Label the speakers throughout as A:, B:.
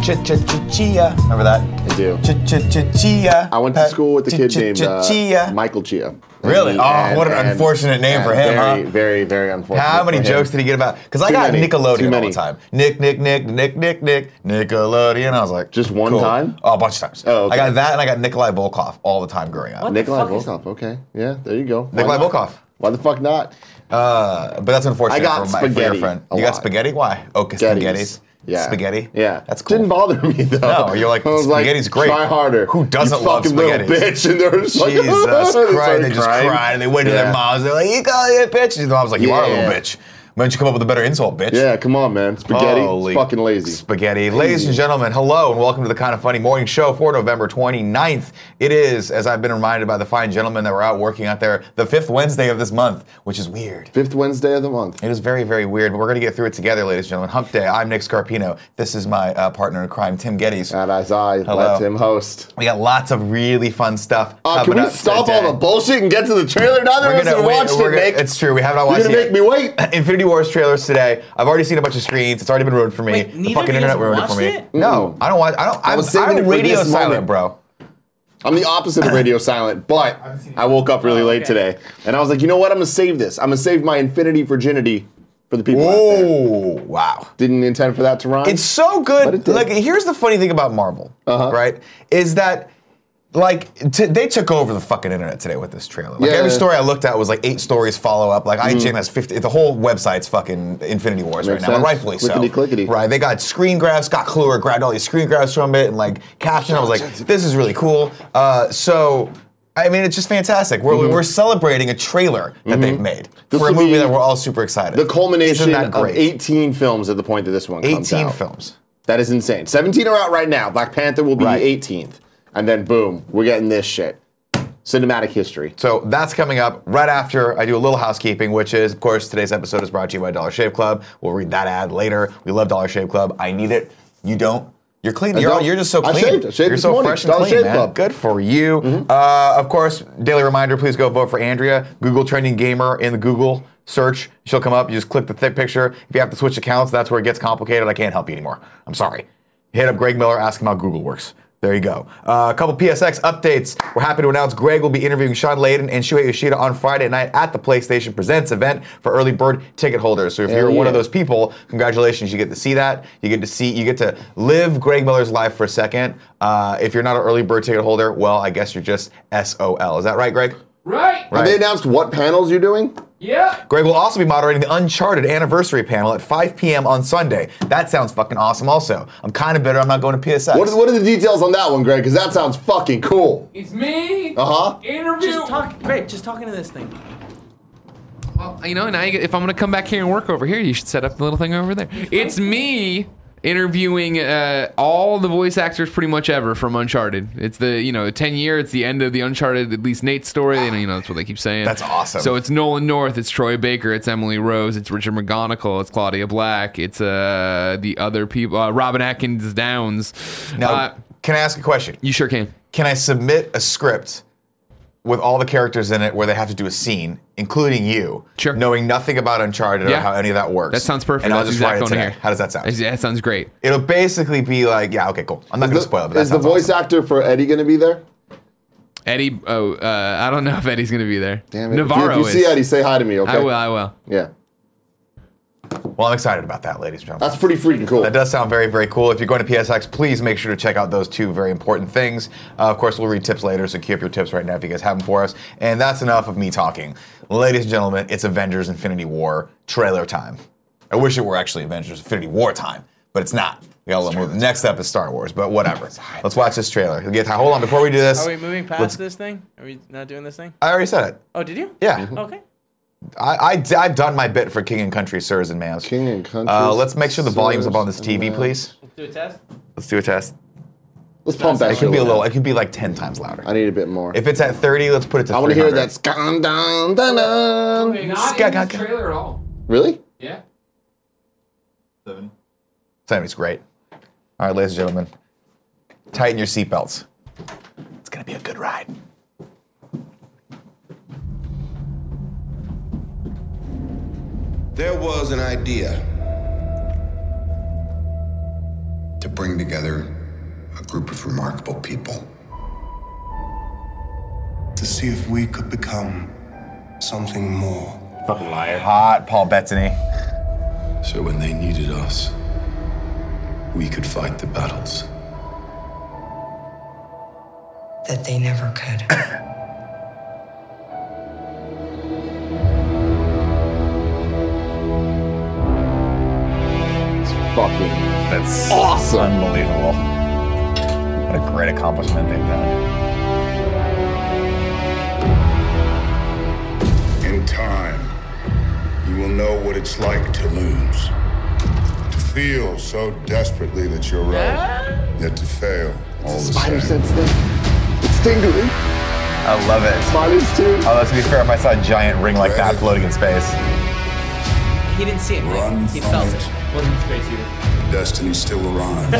A: ch ch chia. Remember that?
B: I do.
A: Ch ch ch chia.
B: I went to school with a kid named uh,
A: Chia.
B: Michael Chia.
A: Really?
B: And-
A: Oh, what an unfortunate name for him,
B: Very,
A: huh?
B: very, very unfortunate.
A: How many
B: for him.
A: jokes did he get about? Because I
B: Too
A: got
B: many. Too
A: Nickelodeon all
B: many.
A: the time. Nick, Nick, Nick, Nick, Nick, Nick, Nickelodeon. I was like,
B: Just one time?
A: Oh, a bunch of times.
B: Oh, okay.
A: I got that, and I got Nikolai Volkov all the time growing up.
C: What?
B: Nikolai
C: fuck is-
B: Volkov. Okay. Yeah, there you go. Why
A: Nikolai
B: not?
A: Volkov.
B: Why the fuck not?
A: Uh, but that's unfortunate
B: I got
A: for, my, for your
B: spaghetti
A: friend.
B: a
A: You got
B: lot.
A: spaghetti? Why? Oh, 'cause spaghetti's.
B: Yeah.
A: Spaghetti?
B: Yeah.
A: That's cool.
B: Didn't bother me though.
A: No, you're like,
B: I was
A: spaghetti's great.
B: Try harder.
A: Who doesn't
B: you
A: love
B: fucking little
A: spaghetti?
B: bitch? And they're just like,
A: Jesus
B: they
A: Christ.
B: started
A: They just
B: crying.
A: cried and they went to
B: Yeah.
A: their moms. They're like, you call you a bitch. And the mom's like, you are a little
B: Yeah.
A: bitch. Why don't you come up with a better insult, bitch?
B: Yeah, come on, man. Spaghetti.
A: Holy
B: It's fucking lazy.
A: Spaghetti. Ladies and gentlemen, hello and welcome to the Kind of Funny Morning Show for November 29th. It is, as I've been reminded by the fine gentlemen that were out working out there, the fifth Wednesday of this month, which is weird.
B: Fifth Wednesday of the month.
A: It is very, very weird, but we're going to get through it together, ladies and gentlemen. Hump Day. I'm Nick Scarpino. This is my uh, partner in crime, Tim Geddes.
B: And as I
A: Hello.
B: let him host.
A: We got lots of really fun stuff.
B: Uh, can
A: coming
B: we
A: up
B: stop
A: today.
B: all the bullshit and get to the trailer? Neither
A: We're
B: of us
A: gonna
B: have
A: wait-
B: watched
A: we're
B: it,
A: gonna-
B: Nick.
A: It's true. We have not watched
B: You're gonna
A: it.
B: make me wait.
A: Infinity Wars trailers today. I've already seen a bunch of screens. It's already been ruined for me.
C: Wait,
A: the
C: neither
A: fucking
C: of you guys
A: internet ruined it for
C: watched
A: me.
C: it?
A: No, I don't watch. I don't. I
B: Mm. was
A: was
B: saving
A: I'm
B: it for
A: radio
B: this
A: silent,
B: moment.
A: bro.
B: I'm the opposite of radio silent, but I woke up really
C: Oh,
B: late
C: okay.
B: today, and I was like, you know what? I'm gonna save this. I'm gonna save my infinity virginity for the people out there.
A: Oh wow.
B: Didn't intend for that to rhyme.
A: It's so
B: But it
A: good.
B: did.
A: Like here's the funny thing about Marvel,
B: Uh-huh.
A: right? Is that like t- they took over the fucking internet today with this trailer. Like
B: Yeah.
A: every story I looked at was like eight stories follow up. Like IGN has fifty. The whole website's fucking Infinity Wars
B: Makes
A: right now, and
B: sense.
A: rightfully so.
B: Clickety-clickety.
A: Right? They got screen grabs. Scott Kluwer grabbed all these screen grabs from it and like caption. I was like, this is really cool. Uh, so. I mean, it's just fantastic. We're, we're celebrating a trailer that they've made
B: Mm-hmm. This
A: for a
B: will
A: movie
B: be
A: that we're all super excited.
B: the
A: Isn't
B: culmination
A: that
B: of
A: great?
B: 18 films at the point that this one comes
A: 18
B: out.
A: films.
B: That is insane. 17 are out right now. Black Panther will be
A: Right.
B: the 18th, and then boom, we're getting this shit. Cinematic history.
A: So that's coming up right after I do a little housekeeping, which is, of course, today's episode is brought to you by Dollar Shave Club. We'll read that ad later. We love Dollar Shave Club. I need it. You don't. You're clean. You're,
B: don't.
A: you're just so
B: I
A: clean.
B: shaved. I shaved
A: you're
B: this
A: so
B: morning.
A: fresh and
B: Dollar
A: clean,
B: Shave
A: man.
B: Club.
A: Good for you.
B: Mm-hmm.
A: Uh, of course, daily reminder: please go vote for Andrea, Google trending gamer in the Google search. She'll come up. You just click the thick picture. If you have to switch accounts, that's where it gets complicated. I can't help you anymore. I'm sorry. Hit up Greg Miller. Ask him how Google works. There you go. Uh, a couple PSX updates. We're happy to announce Greg will be interviewing Sean Layden and Shuhei Yoshida on Friday night at the PlayStation Presents event for early bird ticket holders. So if
B: Hell
A: you're one of
B: yeah.
A: those people, congratulations, you get to see that. You get to see, you get to live Greg Miller's life for a second. Uh, if you're not an early bird ticket holder, well, I guess you're just SOL. Is that right, Greg?
C: Right.
A: Right.
B: Have they announced what panels you're doing?
C: Yeah.
A: Greg will also be moderating the Uncharted anniversary panel at 5 p.m. on Sunday. That sounds fucking awesome. Also, I'm kind of bitter I'm not going to PSX.
B: What are, what are the details on that one, Greg? Because that sounds fucking cool.
C: It's me.
B: Uh-huh.
C: Interview.
D: Just talk, Greg. Just talking to this thing.
E: Well, uh, you know, now you, if I'm gonna come back here and work over here, you should set up the little thing over there. It's me interviewing uh, all the voice actors pretty much ever from Uncharted. It's the you know 10 year. It's the end of the Uncharted, at least Nate's story. And, you know, that's what they keep saying.
A: That's awesome.
E: So it's Nolan North, it's Troy Baker, it's Emily Rose, it's Richard McGonagall, it's Claudia Black, it's uh the other people, uh, Robin Atkins Downs.
A: now,
E: Uh,
A: can I ask a question?
E: you sure can.
A: Can I submit a script with all the characters in it where they have to do a scene, including you,
E: Sure.
A: knowing nothing about Uncharted or
E: Yeah.
A: how any of that works?
E: That sounds perfect.
A: And I'll
E: That's
A: just
E: exactly
A: write it
E: what I
A: today.
E: want to hear.
A: How does that sound?
E: That sounds great.
A: It'll basically be like, yeah, okay, cool. I'm not going to spoil it. But that
B: Is the
A: sounds
B: voice
A: awesome.
B: actor for Eddie going to be there?
E: Eddie, oh, uh, I don't know if Eddie's gonna be there.
B: Damn it. If you-
E: Navarro
B: If you
E: is.
B: see Eddie, say hi to me, okay?
E: I will. I will.
B: Yeah.
A: Well, I'm excited about that, ladies and gentlemen.
B: That's pretty freaking cool.
A: that does sound very, very cool. If you're going to PSX, please make sure to check out those two very important things. Uh, of course, we'll read tips later, so queue up your tips right now if you guys have them for us. And that's enough of me talking. Ladies and gentlemen, it's Avengers Infinity War trailer time. I wish it were actually Avengers Infinity War time, but it's not. We got a little move. Next up is Star Wars, but whatever. Let's watch this trailer. We'll Get, hold on, before we do this,
D: Are we moving past
A: let's-
D: this thing? Are we not doing this thing?
A: I already said it.
D: Oh, did you?
A: Yeah.
D: Okay.
A: I, I, have done my bit for King and Country, sirs and ma'ams.
B: King and country.
A: Uh, let's make sure the volume's up on this TV, please.
D: Let's do a test.
A: Let's do a test.
B: Let's pump that
A: It could
B: shit
A: be a little.
B: little.
A: It could be like ten times louder.
B: I need a bit more.
A: If it's at thirty, let's put it to.
B: I want to hear
A: 300.
B: that. scan dun, dun, dun.
E: Not
A: in this
E: trailer at all.
B: Really?
E: Yeah.
A: Seventy's great. All right, ladies and gentlemen, tighten your seatbelts. It's gonna be a good ride.
F: There was an idea to
C: bring together a group of remarkable people.
F: to see if we could become something more.
A: Fucking liar. Hot Paul Bettany.
F: So when they needed us, we could fight the battles.
G: that they never could.
B: It's fucking
A: That's awesome. Unbelievable. What a great accomplishment they've done.
H: In time, you will know what it's like to lose. To feel so desperately that you're right, yet to fail all the
B: spider
H: same.
B: sense thing. It's tingling.
A: I love it.
B: Spiders too.
A: Although to be fair, if I saw a giant ring like that floating in space,
D: He didn't see it. Mike.
H: Run
D: he
H: from
D: felt
H: it.
D: it. Wasn't in space either.
H: Destiny still arrives.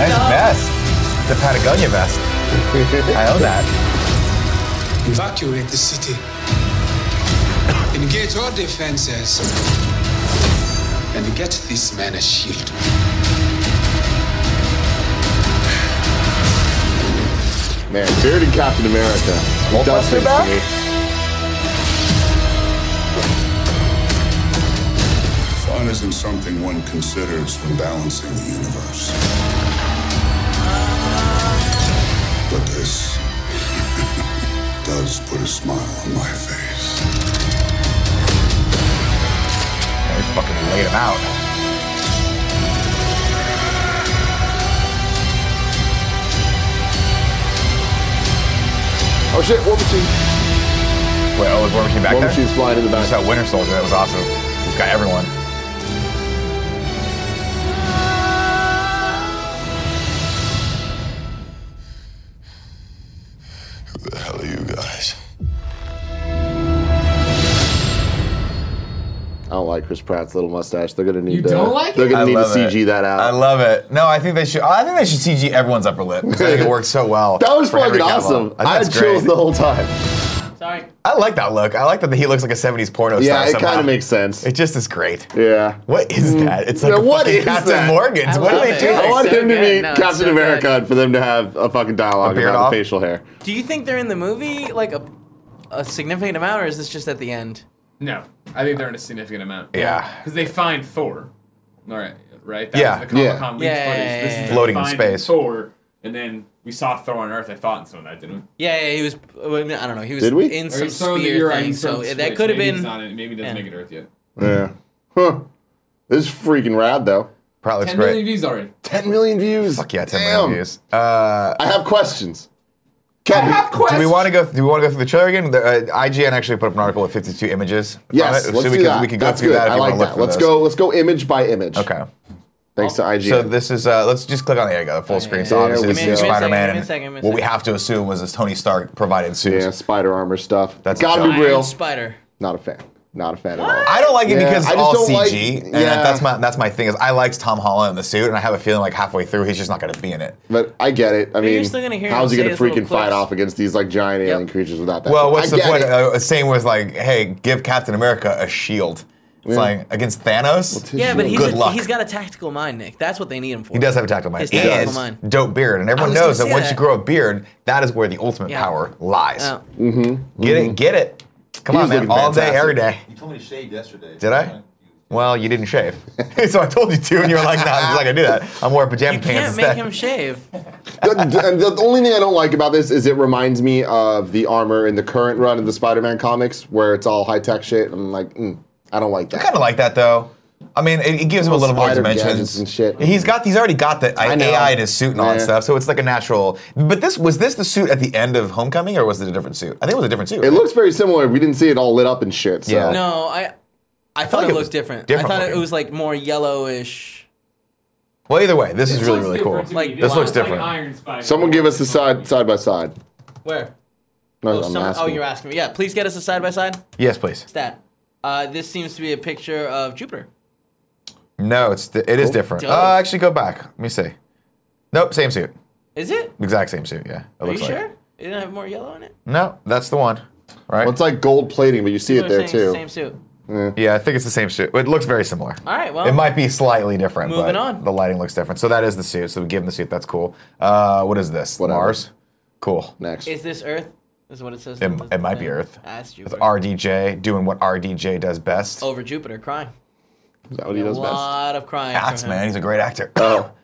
A: nice vest. The Patagonia vest. I own that.
F: Evacuate the city. Engage all defenses. And get this man a shield.
B: Man, bearded Captain America. He
A: Won't bust it
B: does things to
A: back?
B: me.
H: Fun isn't something one considers when balancing the universe. But this does put a smile on my face.
A: They fucking laid him out.
B: Oh shit, War Machine.
A: Wait, oh, was War Machine back
B: War
A: there?
B: Machine's flying in the
A: I
B: back.
A: saw Winter Soldier. That was awesome. He's got everyone.
H: Who the hell are you guys?
B: I don't like Chris Pratt's little mustache. They're gonna need
E: You
B: to.
E: don't like
B: they're
E: it?
B: gonna
A: I
B: need to
A: love it.
B: CG that out.
A: I love it. No, I think they should. I think they should CG everyone's upper lip. 'cause I think it works so well.
B: that was
A: for Henry
B: fucking
A: Cavill.
B: awesome.
A: think
B: I had
A: it's
B: chills
A: great.
B: the whole time.
D: Sorry.
A: I like that look. I like that he looks like a '70s porno
B: Yeah,
A: star.
B: it kind
A: somehow.
B: of makes sense.
A: It just is great.
B: Yeah.
A: What is that? It's like
B: Now,
A: a
B: what
A: fucking
B: is
A: Captain
B: that?
A: Morgan's.
D: I
A: What
D: love
A: are they
D: it.
A: doing?
B: I
D: It's
B: want
D: so
B: them to
D: good.
B: be
D: No, it's
B: Captain
D: so good.
B: America and for them to have a fucking dialogue
A: A beard
B: about
A: off?
B: the facial hair.
D: Do you think they're in the movie like a a significant amount, or is this just at the end?
E: No, I think they're in a significant amount.
A: Yeah.
E: because they find Thor. All right, right. That
A: Yeah.
E: was the
B: Yeah.
E: Comic Con leaked
D: Yeah,
E: footage. This
D: yeah, yeah,
E: is
D: yeah.
E: them
A: Floating in
E: finding
A: space.
E: Thor, and then we saw Thor on Earth. I thought and so that didn't.
D: Yeah, yeah, he was. I don't know. He was
B: Did we?
D: in
E: Or
D: some
E: he's thrown in the
D: spear
E: Uri,
D: thing,
E: he's thrown
D: so
E: in the
D: that
E: switch.
D: could have
E: Maybe he's
D: been.
E: not in- maybe he doesn't
D: yeah.
E: make it Earth yet.
B: Yeah.
A: Hmm.
B: Huh. This is freaking rad though.
A: Probably looks
E: Ten million
A: great.
E: views already.
B: 10 million views.
A: Fuck yeah, 10
B: Damn.
A: million views. Uh,
B: I have questions. Kevin,
A: do we want to go? Do we want to go through the trailer again? The, uh, IGN actually put up an article with 52 images. from
B: Yes,
A: it,
B: let's
A: so
B: do
A: we can,
B: that.
A: We can go
B: That's
A: through
B: good.
A: that. If
B: I
A: you
B: like
A: wanna look
B: that.
A: through
B: Let's
A: those.
B: go. Let's go image by image.
A: Okay.
B: Thanks to IGN.
A: So this is uh, let's just click on there you go the full screen. So
B: yeah,
A: obviously
B: yeah.
A: this
B: Give me-
A: is
B: give me a
A: Spider
D: second, give me
A: Man
D: a second, give me a
A: and what we
D: second.
A: have to assume was this Tony Stark provided suit.
B: yeah, spider armor stuff.
A: That's
B: gotta be
A: awesome.
D: Iron
B: real.
D: Spider.
B: Not a fan. Not a fan at all.
A: I don't like it
B: Yeah,
A: because
B: I
A: it's
B: just
A: all
B: don't
A: CG,
B: like-
A: and
B: yeah.
A: that's my that's my thing. Is I liked Tom Holland in the suit, and I have a feeling like halfway through he's just not going to be in it.
B: But I get it. I mean,
D: you're still gonna hear
B: how's he
D: him
B: gonna
D: say his little
B: freaking fight
D: quips.
B: off against these like giant alien creatures without that?
A: Well, what's
B: I
A: the
B: get
A: point?
B: it.
A: Uh, same with like, hey, give Captain America a shield. It's like against Thanos.
B: his-
D: Yeah, but he's
A: Good
D: a,
A: luck.
D: he's got a tactical mind, Nick. That's what they need him for.
A: he does have a tactical mind.
D: His tactical
A: And
D: mind.
A: dope beard, and everyone
D: was gonna
A: knows that
D: say
A: once
D: that.
A: you grow a beard, that is where the ultimate
D: Yeah.
A: power lies.
D: Oh.
A: Get it, get it. Come
B: Mm-hmm. He
A: on,
B: was
A: man,
B: looking
A: all day,
B: fantastic.
A: every day.
I: You told me to shave yesterday.
A: Did I? Well, you didn't shave, so I told you to, and you were like, "No, I'm not gonna do that. I'm wearing pajama
D: You
A: pants
D: can't
A: instead."
D: make him shave.
B: the, the- and the only thing I don't like about this is it reminds me of the armor in the current run of the Spider-Man comics, where it's all high-tech shit. I'm like, mm, I don't like that.
A: kind of like that though. I mean, it, it gives him a little more
B: spider
A: dimensions
B: gadgets and shit.
A: He's got, he's already got the
B: I know.
A: AI in his suit and all that
B: Yeah.
A: stuff, so it's like a natural. But this was this the suit at the end of Homecoming, or was it a different suit? I think it was a different suit.
B: It looks very similar. We didn't see it all lit up and shit. So.
A: Yeah.
D: No, I I thought
A: like
D: it
A: it was
D: looked different. I
A: different
D: thought it
A: looking.
D: was like more yellowish.
A: well, either way, this is really really cool.
E: different to
D: Like,
E: me.
A: this looks
E: It's like
A: different.
E: Iron Spider.
B: Someone give us the side side by side.
D: Where?
B: No,
D: Oh,
B: I'm
D: some-
B: asking.
D: oh, you're asking me. Yeah, please get us a side by side
A: Yes, please.
D: stat. Uh, this seems to be a picture of Jupiter.
A: No, it's di- it is different.
D: Dope.
A: Uh, actually, go back. Let me see. Nope, same suit,
D: Is it?
A: exact same suit. Yeah, it
D: Are you
A: looks like.
D: sure? It didn't have more yellow in it.
A: No, that's the one. Right.
B: Well, it's like gold plating, but you see it
D: People are
B: there
D: saying
B: too.
D: Same suit.
A: Yeah, I think it's the same suit. It looks very similar.
D: All right, well,
A: it might be slightly different. but
D: moving on.
A: The lighting looks different. So that is the suit. So we give him the suit. That's cool. Uh, what is this?
B: Whatever.
A: Mars. Cool.
B: Next.
D: Is this Earth? Is what it says.
A: It,
D: on the
A: it might be
D: thing.
A: Earth.
D: Ah, it's
A: It's
D: Jupiter.
A: RDJ doing what RDJ does best.
D: Over Jupiter, crying.
B: Is that what he
D: A
B: does best?
D: lot of crying.
A: Axe
D: from him.
A: man, he's a great actor.
B: Oh.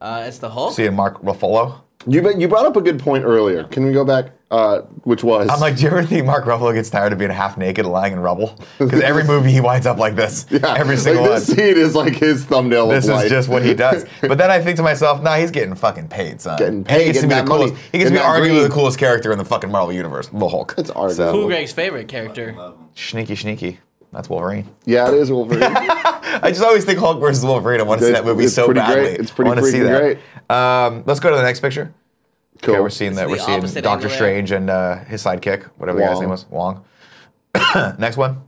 D: Uh, it's the Hulk.
A: Seeing Mark Ruffalo.
B: You bet- you brought up a good point earlier. Can we go back? Uh, which was
A: I'm like, do you ever think Mark Ruffalo gets tired of being half naked and lying in rubble? Because every movie he winds up like this.
B: Yeah,
A: every single
B: like,
A: one.
B: This scene is like his thumbnail.
A: This
B: of life.
A: is just what he does. But then I think to myself, nah, he's getting fucking paid, son.
B: Getting
A: And
B: paid,
A: he gets to
B: getting
A: be the
B: that money,
A: coolest. He gets to be
B: getting that
A: arguably the
B: green.
A: coolest character in the fucking Marvel universe, the Hulk.
B: It's our
D: Cool,
B: so,
D: Greg's favorite character.
A: Sneaky, sneaky. That's Wolverine.
B: Yeah, it is Wolverine. I
A: I just always think Hulk versus Wolverine. I want to see
B: It's-
A: that movie
B: it's
A: so
B: pretty great.
A: badly.
B: It's pretty
A: I want to see
B: freaking
A: that.
B: great.
A: Um, let's go to the next picture.
B: Cool.
A: Okay, we're seeing that.
D: the
A: We're seeing
D: opposite
A: Doctor
D: angle, right?
A: Strange and uh, his sidekick, whatever the guy's
B: Wong.
A: name was, Wong. next one.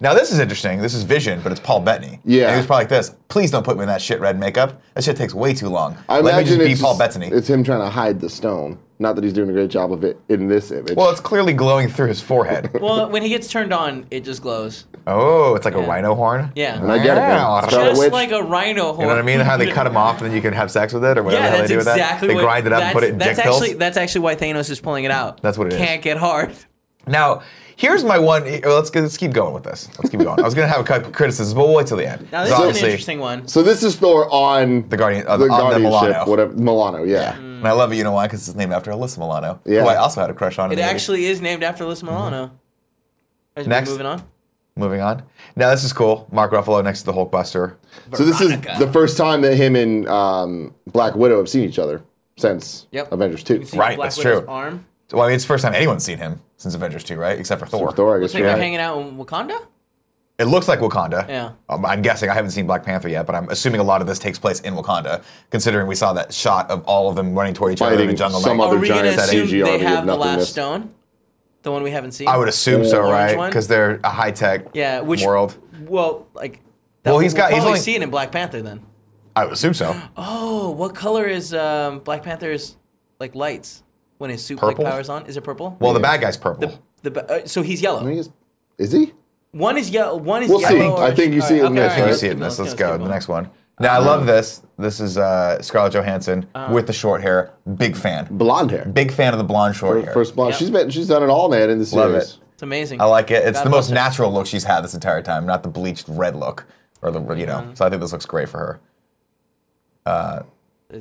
A: Now this is interesting. This is Vision, but it's Paul Bettany.
B: Yeah.
A: and he was probably like this. Please don't put me in that shit red makeup. That shit takes way too long. Let me
B: imagine
A: just be
B: it's
A: Paul
B: just-
A: Bettany.
B: It's him trying to hide the stone. Not that he's doing a great job of it in this image.
A: well, it's clearly glowing through his forehead.
D: Well, when he gets turned on, it just glows.
A: oh, it's like a rhino horn.
D: Yeah.
B: and I get it.
A: Wow.
B: Man. Scarlet
D: Just
B: Witch.
D: like a rhino horn.
A: You know what I mean? How they cut him off and then you can have sex with it or whatever the
D: Yeah,
A: hell
D: that's
A: they do with
D: exactly
A: that. They
D: what,
A: grind it up and put it in
D: that's
A: dick
D: actually,
A: pills.
D: That's actually why Thanos is pulling it out.
A: That's what it
D: it
A: is.
D: Can't get hard.
A: Now, here's my one. eh, well, Let's, let's keep going with this. Let's keep going. I was going to have a couple criticisms, but we'll wait till the end.
D: Now this
A: So
D: is an
A: obviously-
D: interesting one.
B: so this is Thor on
A: The Guardian- uh, on-
B: the
A: on the
B: guardianship,
A: Milano.
B: whatever Milano. Yeah.
D: Mm,
A: And I love it, you know why? Because it's named after Alyssa Milano,
B: Yeah.
A: who I also had a crush on. in
D: It
A: the movie.
D: actually is named after Liz Milano. As
A: Mm-hmm.
D: we
A: Next.
D: Moving on.
A: Moving on. Now this is cool. Mark Ruffalo next to the Hulkbuster.
B: So this is the first time that him and um, Black Widow have seen each other since
D: Yep.
B: Avengers Two.
D: You see
A: Right,
D: Black
A: that's
D: Widow's
A: true.
D: Arm.
A: Well, I mean, it's the first time anyone's seen him since Avengers 2, right? Except for Thor.
B: Thor, I
D: Looks
B: guess.
D: like
B: you're
D: they're
B: right.
D: hanging out in Wakanda.
A: It looks like Wakanda.
D: Yeah.
A: Um, I'm guessing. I haven't seen Black Panther yet, but I'm assuming a lot of this takes place in Wakanda, considering we saw that shot of all of them running toward each other in the
B: Fighting
A: jungle.
B: some
A: night.
B: other
D: Are we gonna
B: giant
D: assume
B: CG
D: they
B: army with
D: have the
B: nothing
D: last
B: missed.
D: stone? The one we haven't seen.
A: I would assume so,
D: orange
A: right?
D: one?
A: Because they're a high tech
D: Yeah. Which
A: world.
D: Well, like.
A: Well, he's got- he's
D: We'll probably
A: only-
D: see it in Black Panther then.
A: I would assume so.
D: Oh, what color is um, Black Panther's like lights when his suit like,
A: Purple?
D: powers on? Is it purple?
A: Well, the bad guy's purple.
D: the, ba- uh, so
B: I
D: he's yellow.
B: think it's- Is he?
D: One is yellow. One is
B: We'll
D: yellow.
B: see. I think you see it in
A: I
B: this,
A: think you
B: right?
A: see it in this. Let's go. The next one. Now, I
D: Um,
A: love this. This is uh, Scarlett Johansson with the short hair. Big fan.
B: Blonde hair.
A: Big fan of the blonde short hair.
B: First blonde.
D: Yep.
B: She's been. She's done it all, man. In this
A: Love
B: series.
A: it.
D: It's amazing.
A: I like it. It's
D: God
A: the most
D: bless her.
A: natural look she's had this entire time, not the bleached red look or the you
B: Mm-hmm.
A: know. So I think this looks great for her. Uh,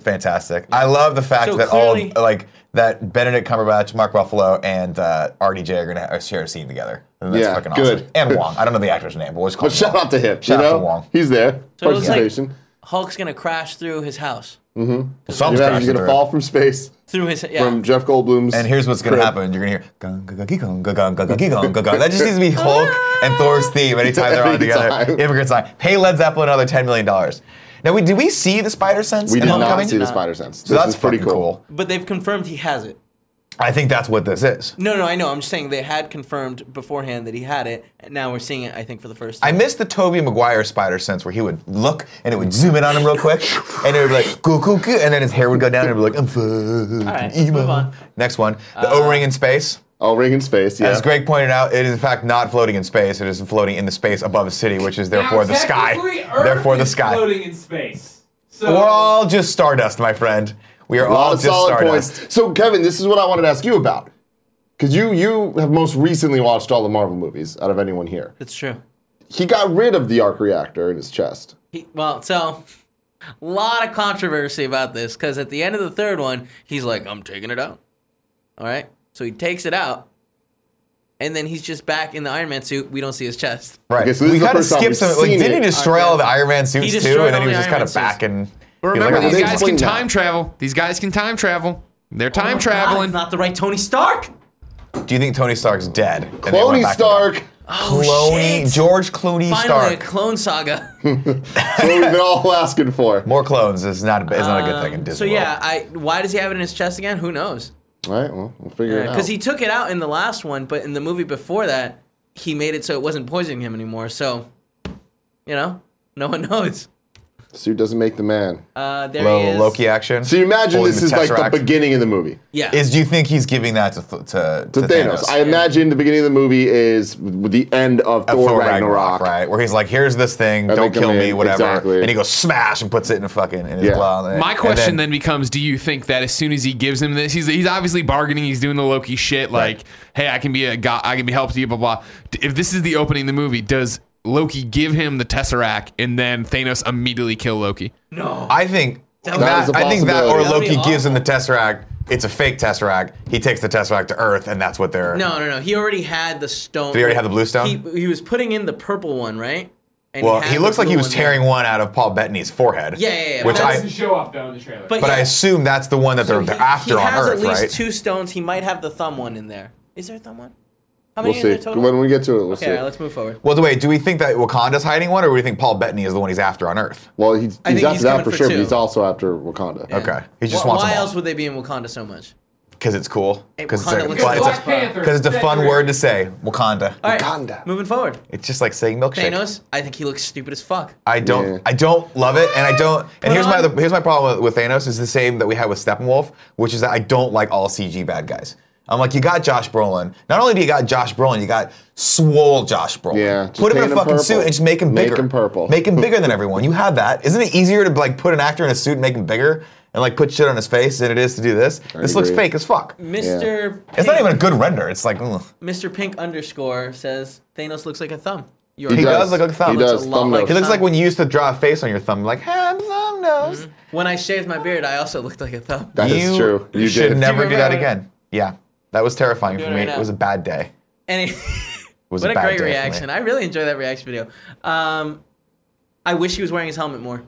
A: fantastic. I love the fact
D: So
A: that
D: clearly-
A: all like that Benedict Cumberbatch, Mark Ruffalo, and uh, RDJ are gonna ha- share a scene together. And that's
B: Yeah,
A: fucking awesome.
B: good.
A: And Wong. I don't know the actor's name, but we'll just call
B: But shout out to him.
A: Shout
B: you
A: out
B: know?
A: to Wong.
B: He's there.
D: So it looks like
B: Participation.
D: Hulk's gonna crash through his house.
A: Something's
B: You know,
A: crashing
B: he's gonna
A: through.
B: fall from space
D: Through his yeah.
B: from Jeff Goldblum's.
A: And here's what's gonna
B: crib.
A: happen: you're gonna hear "Gung, gung, gung, gung, gung, gung, gung, gung, gung, gung." that just needs to be Hulk and Thor's theme anytime they're on
B: Every
A: together.
B: time.
A: Immigrant sign. Pay Led Zeppelin another ten million dollars. Now, we, did we see the Spider Sense?
B: We
A: in
B: did not
A: Homecoming?
B: see the
D: Nah.
B: spider sense.
A: So
B: this
A: that's
B: is pretty
A: fucking
B: cool.
A: cool.
D: but they've confirmed he has it.
A: I think that's what this is.
D: No, no, I know. I'm just saying they had confirmed beforehand that he had it, and now we're seeing it. I think for the first
A: I
D: time.
A: miss the Toby Maguire Spider Sense where he would look and it would zoom in on him real quick, and it would be like "Goo goo goo," and then his hair would go down and it would be like "I'm fucking
D: right,
A: emo."
D: move on. Uh,
A: Next one, the O ring in space.
B: Oh, ring in space. Yeah.
A: As Greg pointed out, it is in fact not floating in space. It is floating in the space above a city, which is therefore the sky.
I: technically, Earth
A: therefore the
I: is
A: sky.
I: Floating in space. So
A: We're all just stardust, my friend. We are
B: A lot
A: all
B: of
A: just
B: solid
A: stardust.
B: points. So, Kevin, this is what I wanted to ask you about. Because you you have most recently watched all the Marvel movies out of anyone here.
D: That's true.
B: He got rid of the arc reactor in his chest.
D: He, well, so a lot of controversy about this because at the end of the third one, he's like, "I'm taking it out." All right, so he takes it out, and then he's just back in the Iron Man suit. We don't see his chest.
A: Right.
B: Okay, so this
A: we
B: is the
A: kind of
B: first time
A: skipped
B: we've
A: some. Like,
B: seen
A: didn't he
B: it.
A: destroy all the Iron Man suits too?
D: destroyed
A: And then
D: all
A: he was
D: the
A: just
D: Iron
A: kind
D: Man
A: of back and.
E: But
A: he was
E: remember,
A: like, "Oh,
E: these
A: this
E: guys
A: is
E: can
B: explain that.
E: time travel. These guys can time travel. They're time
D: God,
E: traveling.
D: it's not the right Tony Stark.
A: fun." Do you think Tony Stark's dead? And they went
B: Cloney
A: back to
B: Stark.
A: the- Cloney,
D: shit.
A: George Clooney
D: Finally, a
A: Stark.
D: clone saga.
B: That's what we've been all asking for.
A: More clones is not. A, is not a good thing in
D: Um, so
A: Disney.
D: yeah,
A: World.
D: I why does he have it in his chest again? Who knows?
B: All right, well, we'll figure it out.
D: Because he took it out in the last one, but in the movie before that, he made it so it wasn't poisoning him anymore. So, you know, no one knows.
B: Suit doesn't make the man.
D: Uh, there he
A: Low
D: is.
A: Loki action.
B: so you imagine
A: Holding
B: this
A: the
B: is like the
A: Tesseract.
B: beginning of the movie.
D: Yeah.
A: Is do you think he's giving that to th- to,
B: To Thanos. I imagine the beginning of the movie is the end of
A: Uh,
B: Thor,
A: Thor
B: Ragnarok.
A: right? Where he's like, "Here's this thing,
B: And
A: don't
B: they
A: kill
B: come
A: me,
B: in,
A: whatever,"
B: exactly.
A: and he goes smash and puts it in a fucking in his
B: Yeah.
A: glove.
E: My
A: And
E: question then, becomes: Do you think that as soon as he gives him this, he's he's obviously bargaining, he's doing the Loki shit, like, "Hey, I can be a god, I can be help to you, blah blah." D- If this is the opening of the movie, does Loki give him the Tesseract and then Thanos immediately kill Loki?
A: I think that,
D: would- That
B: is a
A: I think that or
B: possibility.
D: That would be
A: Loki gives
D: awful.
A: him the Tesseract. It's a fake Tesseract. He takes the Tesseract to Earth, and that's what they're.
D: No, no, no. He already had the stone.
A: He already had the blue stone?
D: He, he was putting in the purple one, right? And
A: Well,
D: had
A: he
D: the
A: looks like
D: blue
A: he was
D: one there.
A: tearing one out of Paul Bettany's forehead.
D: Yeah, yeah, yeah,
A: Which
D: but
I: That
A: I,
I: doesn't show up though in the trailer.
D: But
A: but
D: yeah,
A: I assume that's the one that they're, they're
D: he,
A: after
D: he
A: on
D: has
A: Earth,
D: at least
A: right?
D: two stones. He might have the thumb one in there. Is there a thumb one? How
B: We'll
D: many
B: see.
D: are there total?
B: When we get to it, we'll see.
D: okay, all right, let's move forward.
A: Well, wait, do we think that Wakanda's hiding one, or do we think Paul Bettany is the one he's after on Earth?
B: well, he's,
D: I
B: he's
D: think
B: after
D: he's
B: that
D: coming
B: for
D: for
B: sure, but
D: two.
B: he's also after Wakanda.
A: Okay, he just
D: why,
A: wants
D: why
A: them all.
D: else would they be in Wakanda so much?
A: Because it's cool.
D: Hey,
A: Because
D: Wakanda
A: it's,
D: looks
A: a,
D: like
A: well,
I: Black
A: it's, a,
I: Panther.
A: 'cause it's a fun
I: Decorated.
A: word to say, Wakanda.
D: All right,
B: Wakanda.
D: moving forward.
A: It's just like saying milkshake.
D: Thanos, I think he looks stupid as fuck.
A: I don't.
B: Yeah.
A: I don't love it, and I don't. And here's my
D: on-
A: other, here's my problem with, with Thanos is the same that we had with Steppenwolf, which is that I don't like all CG bad guys. I'm like, you got Josh Brolin. Not only do you got Josh Brolin, you got swole Josh Brolin.
B: Yeah, just
A: put him in a
B: paint him
A: fucking
B: purple.
A: suit and just make him
B: Make
A: bigger.
B: him purple.
A: Make him bigger than everyone. You have that. Isn't it easier to like put an actor in a suit and make him bigger and like put shit on his face than it is to do this? this looks
B: agree.
A: fake as fuck.
D: Mr.
A: It's not
D: Pink-
A: even a good render. It's like, ugh.
D: Mr. Pink underscore says Thanos looks like a thumb. You're
A: He
D: right.
A: does. look like a thumb.
B: He
A: Looks
B: does.
D: a lot
B: Thumb
D: like
A: he
B: nose.
A: looks like when you used to draw a face on your thumb, like, ah, thumb nose.
D: When I shaved my beard, I also looked like a thumb.
B: Mm-hmm. That is true. You
A: should
B: did.
A: never do
I: remember
A: that
I: that?
A: again. Yeah, that was terrifying for
D: doing it
A: me.
D: right
A: It was
D: now.
A: a bad day. It
D: And it,
A: was
D: what
A: a
D: a
A: bad
D: great
A: day For
D: reaction.
A: me.
D: I really enjoyed that reaction video. Um, I wish he was wearing his helmet more.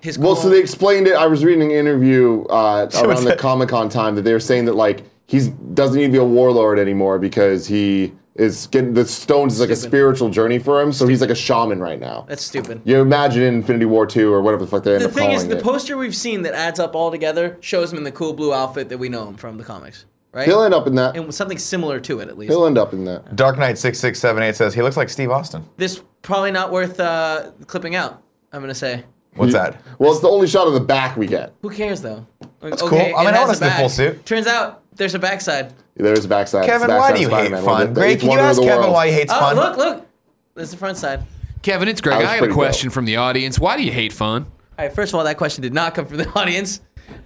D: His
B: Well,
D: cool-
B: so they explained it. I was reading an interview uh,
A: it's
B: around the
A: a-
B: Comic Con time that they were saying that like he's doesn't need to be a warlord anymore because he is getting the stones is like a
D: Stupid.
B: spiritual journey for him. So he's like a shaman right now.
D: That's stupid.
B: You imagine in Infinity War two or whatever the fuck they end
D: The
B: up
D: thing
B: calling
D: is, the
B: it.
D: poster we've seen that adds up all together shows him in the cool blue outfit that we know him from the comics, right?
B: He'll end up in that.
D: and something similar to it at least.
B: He'll end up in that.
A: Dark Knight six six seven eight says he looks like Steve Austin.
D: This probably not worth uh, clipping out. I'm gonna say.
A: What's that?
B: Well, it's the only shot of the back we get.
D: Who cares though? That's
A: cool. I mean, I wanna see the full suit.
D: Turns out there's a backside.
B: There's a backside.
A: Kevin,
B: backside
A: why
B: of
A: do you hate
B: Spider-Man. Well,
A: fun?
B: the-
A: Greg,
B: each
A: can you
B: wonder of
A: ask
B: the
A: Kevin
B: world.
A: why he hates
D: Oh,
A: fun?
D: look, look. There's the front side.
E: Kevin, it's Greg.
B: That was
E: I got a
B: pretty
E: question
B: dope.
E: from the audience. Why do you hate fun?
D: All right. First of all, that question did not come from the audience.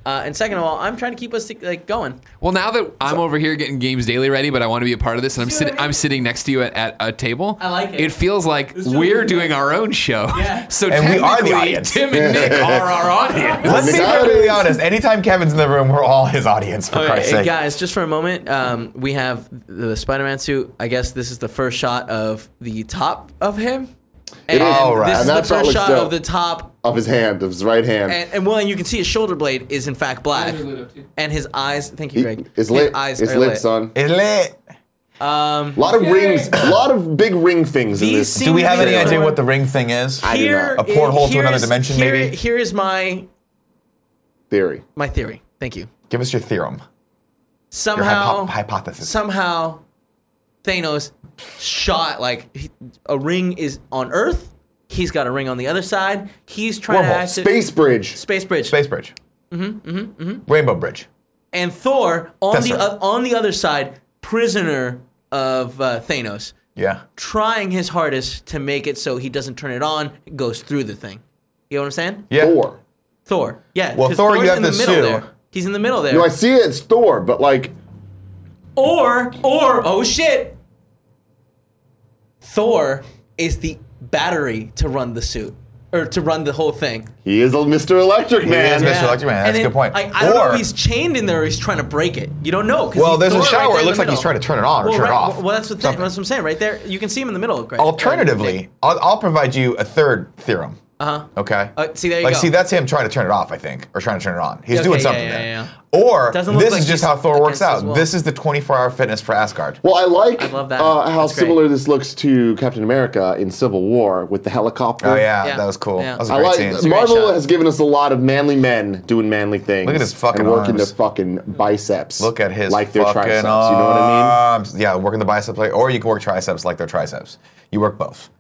D: Uh, and second of all, I'm trying to keep us like going.
E: Well, now that I'm over here getting games daily ready, but I want to be a part of this, and I'm sitting, I'm sitting next to you at, at a table.
D: I like it.
E: It feels like
D: really
E: we're
D: good.
E: doing our own show.
D: Yeah.
E: So
A: And we are the
E: technically,
A: audience.
E: Tim and Nick are our audience.
A: Let's be
B: Nick
A: perfectly
B: Adams.
A: honest. Anytime Kevin's in the room, we're all his audience. For
D: All right,
A: Christ's
D: hey,
A: sake.
D: guys, just for a moment, um, we have the Spider-Man suit. I guess this is the first shot of the top of him.
B: is.
D: And
A: All right. And
D: this is the
B: that shot
D: first
B: looks
D: shot
B: dope.
D: of the top.
B: Of his hand, of his right hand.
D: And, and well, and you can see his shoulder blade is in fact black, and his eyes. Thank you,
B: He-
D: Greg.
B: it's
D: his
B: lit.
D: eyes
B: it's
D: are
B: lit,
D: lit.
B: son.
A: It's lit.
D: Um,
B: A lot of rings. A lot of big ring things in
D: These
B: this.
D: seem
A: Do we have any
D: Yeah.
A: idea what the ring thing is?
B: I do
D: here
B: not.
A: A porthole to another
D: here's-
A: dimension,
D: here-
A: maybe?
D: Here is my
B: theory.
D: my theory. Thank you.
A: Give us your theorem.
D: Somehow,
A: hypo- hypothesis.
D: Somehow, Thanos shot like he, a ring is on Earth. He's got a ring on the other side. He's trying to
A: Wormhole.
D: acti-
B: Space bridge.
D: space bridge.
A: Space bridge. Mm-hmm, mm-hmm, mm-hmm. Rainbow bridge.
D: and Thor on
A: That's
D: the
A: right.
D: o- on the other side, prisoner of uh, Thanos,
A: Yeah.
D: trying his hardest to make it so he doesn't turn it on. Goes through the thing. You know what I'm saying?
A: Yeah.
B: Thor.
D: Thor. Yeah.
A: Well,
D: 'cause
A: Thor,
D: Thor's
A: you have
D: in the
A: to
D: middle
A: sue.
D: there. He's in the middle there.
B: No, I see it. It's Thor, but like
D: Or, or, oh shit. Thor is the battery to run the suit. Or to run the whole thing.
B: he is a Mr. Electric
A: is
B: Man.
A: Mr. Electric Man,
D: And
A: that's a
D: then,
A: good point.
D: I, I don't know
A: Or-
D: if he's chained in there or he's trying to break it. You don't know. 'cause
A: Well,
D: he's
A: there's a
D: Thor
A: shot
D: right
A: where
D: there
A: it
D: in
A: looks
D: the
A: like he's
D: middle.
A: trying to turn it on or
D: well,
A: turn
D: right,
A: it off.
D: Well, that's, what thing,
A: Something.
D: that's what I'm saying. Right there, you can see him in the middle. Greg.
A: Alternatively, I'll, I'll provide you a third theorem.
D: Uh-huh.
A: Okay.
D: Uh, see, there you
A: like,
D: go.
A: see, that's him trying to turn it off, I think, or trying to turn it on. He's
D: Okay,
A: doing
D: yeah,
A: something
D: yeah, yeah,
A: there. Or
D: Doesn't look
A: this
D: like
A: is just
D: he's
A: how Thor works
D: against his
A: out.
D: will.
A: This is the 24-hour fitness for Asgard.
B: Well, I like
D: I love that.
B: Uh, how
D: That's great.
B: similar this looks to Captain America in Civil War with the helicopter.
A: oh yeah,
D: yeah.
A: that was cool.
D: Yeah.
A: That was a
B: I
A: great
B: like
A: scene.
B: Marvel
D: shot.
B: has given us a lot of manly men doing manly things.
A: Look at his fucking
B: and working
A: arms.
B: their fucking biceps.
A: Look at his
B: like their
A: fucking
B: triceps.
A: arms.
B: You know what I mean?
A: Yeah, working the biceps, like, or you can work triceps like their triceps. You work both.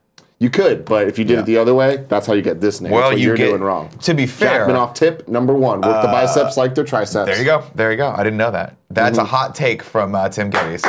B: You You could, but if you did
A: Yeah.
B: it the other way, that's how you get this name.
A: Well,
B: that's what
A: you
B: are
A: get-
B: doing wrong.
A: to be fair- Uh,
B: Jackman off tip number one. Work the biceps like their triceps.
A: There you go. There you go. I didn't know that. That's
B: Mm-hmm.
A: a hot take from uh, Tim Geddes.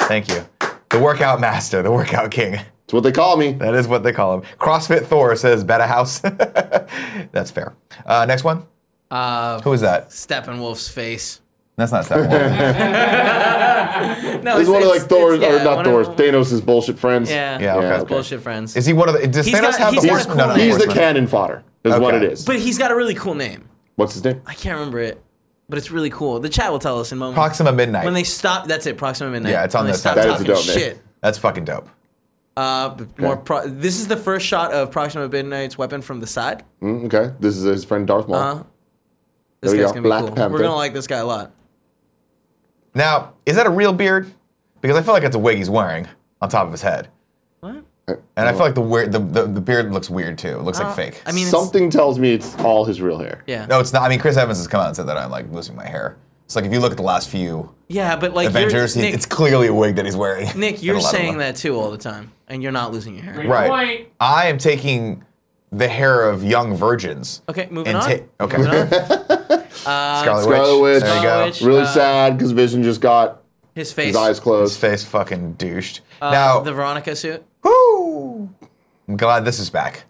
A: Thank you. The workout master, the workout king.
B: It's what they call me.
A: That is what they call him. CrossFit Thor says Beta House. That's fair. Uh, next one.
D: Uh,
A: Who is that?
D: Steppenwolf's face.
A: That's not Steppenwolf.
D: No,
B: This is
D: it's-
B: one of like
D: it's-
B: Thor's,
D: it's- yeah,
B: or not
D: one of-
B: Thor's, Thanos' bullshit friends.
D: Yeah.
A: Yeah, okay.
D: His Bullshit friends.
A: is he one of the? Does
D: He's
A: Thanos
D: got-
A: have the
D: he's got a
A: horseman? No,
D: cool
A: not
D: name.
B: He's the
A: horseman.
B: cannon fodder, is what it
A: Okay.
B: is.
D: but he's got a really cool name.
B: What's his name?
D: I can't remember it, but it's really cool. The chat will tell us in moments.
A: Proxima Midnight.
D: When they stop, that's it. Proxima Midnight.
A: Yeah, it's on
D: when they
A: the-
D: stop
A: That is a
D: talking
B: dope name.
D: shit.
A: That's fucking dope.
D: Uh, but more pro- this is the first shot of Proxima Midnight's weapon from the side.
B: Mm, okay. This is his friend Darth Maul.
D: Uh, this
B: There we
D: guy's
B: go.
D: gonna be
B: Black
D: cool.
B: Panther.
D: We're gonna like this guy a lot.
A: Now, is that a real beard? Because I feel like it's a wig he's wearing on top of his head,
D: What?
A: and I feel like the weird, the, the, the beard looks weird too. It looks like fake.
D: Uh, I mean, it's-
B: Something tells me it's all his real hair.
D: yeah,
A: no, it's not. I mean, Chris Evans has come out and said that I'm like losing my hair. It's like if you look at the last few
D: yeah, but like
A: Avengers,
D: you're,
A: he,
D: Nick,
A: it's clearly a wig that he's wearing.
D: Nick,
A: in
D: you're
A: a lot of
D: saying
A: them.
D: that too all the time, and you're not losing your hair.
I: Great
A: right?
I: point.
A: I am taking the hair of young virgins.
D: Okay, moving
A: And
D: on.
A: ta- okay.
D: Moving on. Uh,
A: Scarlet,
B: Scarlet
A: Witch.
B: Witch.
A: There you
D: Scarlet
A: go.
D: Witch.
B: Really
D: Uh,
B: sad because Vision just got
D: His face.
B: his eyes
A: His
B: closed.
A: face fucking douched.
D: Uh,
A: now,
D: the Veronica suit.
A: whoo, I'm glad this is back.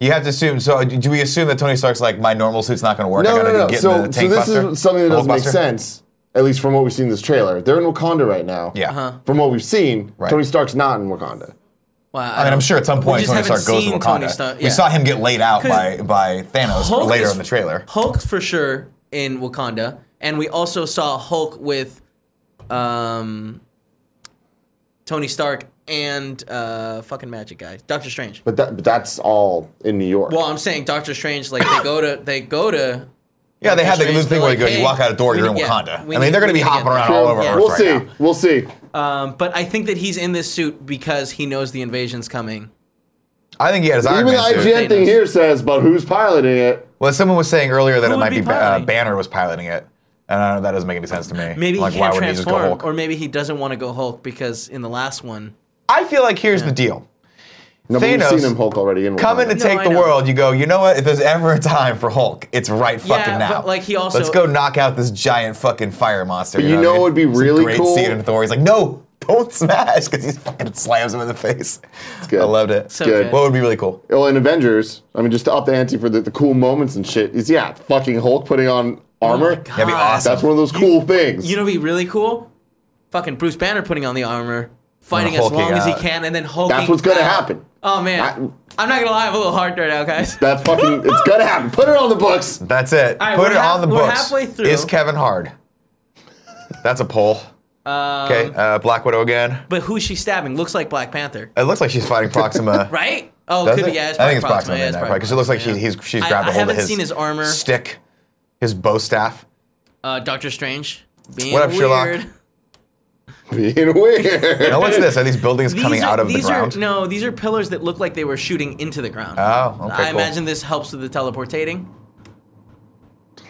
A: You have to assume. So, uh, do we assume that Tony Stark's like my normal suit's not going to work? I
B: No,
A: gotta
B: no, no.
A: get in
B: So,
A: the
B: so
A: tank
B: this
A: buster,
B: is something that
A: the
B: doesn't make
A: Hulkbuster?
B: sense, at least from what we've seen in this trailer. They're in Wakanda right now.
A: Yeah.
D: Uh-huh.
B: From what we've seen,
A: Right.
B: Tony Stark's not in Wakanda.
D: Wow.
A: I mean, I'm sure at some point
D: Um, just
A: Tony
D: haven't
A: Stark goes to
D: seen
A: Wakanda.
D: Tony Stark- yeah.
A: We saw him get laid out
D: 'Cause
A: by by Thanos
D: Hulk
A: later
D: is-
A: in the trailer.
D: Hulk's for sure in Wakanda, and we also saw Hulk with um, Tony Stark and uh, fucking magic guy, Doctor Strange.
B: But, that, but that's all in New York.
D: Well, I'm saying Doctor Strange, like they go to they go to.
A: Yeah, they
D: Doctor
A: had the
D: Strange,
A: little
D: they're
A: thing where you go,
D: like,
A: you
D: "Hey,
A: walk out a door,
D: we
A: you're in
D: need- yeah,
A: Wakanda.
D: we
A: I mean,
D: need-
A: they're going
D: we
A: to be
D: need
A: hopping
D: to get
A: around
D: them.
A: all over
D: Yeah.
A: Earth
B: we'll
A: right
B: see.
A: now.
B: We'll see.
D: Um, but I think that he's in this suit because he knows the invasion's coming.
A: I think he had his Iron
B: Even the
A: Man suit.
B: IGN thing
D: Thanos.
B: here says, but who's piloting it?
A: Well, someone was saying earlier that
D: Who
A: it
D: would
A: might
D: be
A: be, Ba- uh,
D: piloting?
A: Banner was piloting it, and I don't know, that doesn't make any sense to me.
D: Maybe
A: like,
D: he
A: why
D: can't
A: wouldn't he just go
D: transform,
A: Hulk?
D: or maybe he doesn't want to go Hulk because in the last one,
A: I feel like here's the deal:
B: No, but
A: Thanos
B: we've seen him Hulk already in Wakanda.
A: coming to
D: No,
A: take
D: I
A: the
D: know.
A: world. You go, you know what? If there's ever a time for Hulk, it's right
D: Yeah,
A: fucking now.
D: but, like, he also-
A: let's go knock out this giant fucking fire monster.
B: But you know
A: what I mean?
B: what'd be
A: It's a
B: really
A: great
B: cool?
A: Scene in Thor, he's like, no, don't smash, because he fucking slams him in the face.
B: good.
A: I loved it.
D: so
B: Good.
D: good.
A: What would be really cool?
B: Well, in Avengers, I mean, just to up the ante for the, the cool moments and shit, is yeah, fucking Hulk putting on armor.
A: That'd be
D: Oh God.
A: awesome.
B: That's one of those cool things.
D: You know, what'd be really cool. Fucking Bruce Banner putting on the armor, fighting
A: And
D: as long
A: hulking
D: as he
A: out.
D: can, and then hulking.
B: That's what's gonna
D: out.
B: happen.
D: Oh man, I, am not gonna lie, I'm a little hard right now, guys.
B: That's fucking, it's gonna happen. Put it on the books.
A: That's it.
D: All right,
A: Put
D: we're
A: it
D: half-
A: on the
D: we're
A: books.
D: halfway through.
A: Is Kevin hard? That's a poll.
D: Um,
A: Okay, uh, Black Widow again.
D: But who's she stabbing? Looks like Black Panther,
A: It looks like she's fighting Proxima.
D: right? Oh,
A: Does
D: could
A: it?
D: be. Yeah, it's
A: I
D: probably
A: think it's
D: Proxima.
A: Proxima
D: Yeah, it's probably
A: because it looks like
D: Proxima,
A: she's
D: yeah.
A: he's, she's
D: I-
A: grabbed a
D: I
A: hold of
D: haven't
A: his
D: seen his armor.
A: stick, his bow staff.
D: Uh, Doctor Strange. Being
A: What up, Sherlock?
D: weird.
B: Being weird.
A: Now what's this? Are these buildings coming
D: These are-
A: out of the
D: these are-
A: ground?
D: no, these are pillars that look like they were shooting into the ground.
A: Oh, okay,
D: I
A: cool.
D: imagine this helps with the teleportating.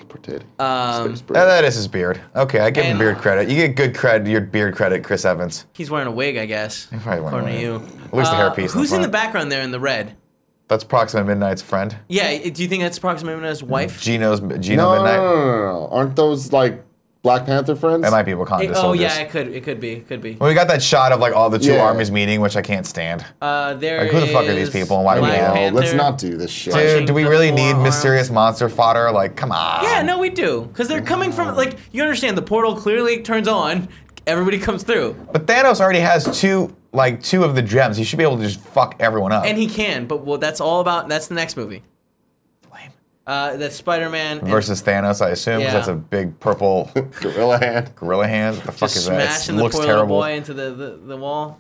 B: Um,
A: Oh, that is his beard. Okay, I give him
D: And-
A: beard credit. You get good credit, your beard credit, Chris Evans.
D: He's wearing a wig, I guess.
A: probably wearing a
D: according to you.
A: wig. At least the
D: Uh,
A: hairpiece in the
D: Who's in the
A: front.
D: background there in the red?
A: That's Proxima Midnight's friend,
D: Yeah, i- do you think that's Proxima Midnight's wife?
A: Gino's Gino
B: no, no,
A: Midnight.
B: no, no, no, no. Aren't those like Black Panther friends?
A: That might be Wakanda
D: It- oh
A: soldiers.
D: yeah, it could, it could be, it could be.
A: Well, we got that shot of like all the two
B: Yeah.
A: armies meeting, which I can't stand.
D: Uh, there
A: Like, who the fuck are these
D: is
A: people and why do we
D: Black
A: know?
D: Panther.
B: Let's not do this shit.
D: Dude.
A: Dude, do we
D: the
A: really
D: four
A: need
D: arms.
A: mysterious monster fodder? Like, come on.
D: Yeah, no, we do, because they're coming from like you understand. The portal clearly turns on. Everybody comes through,
A: But Thanos already has two, like two of the gems. He should be able to just fuck everyone up.
D: and he can. But well, that's all about. That's the next movie.
A: Lame.
D: Uh, that's Spider-Man and
A: versus Thanos, I assume, 'cause
D: Yeah.
A: that's a big purple
B: Gorilla hand.
A: gorilla hand. What the fuck
D: just
A: is that? It's-
D: smashing the
A: looks
D: poor
A: terrible.
D: little boy into the the, the wall.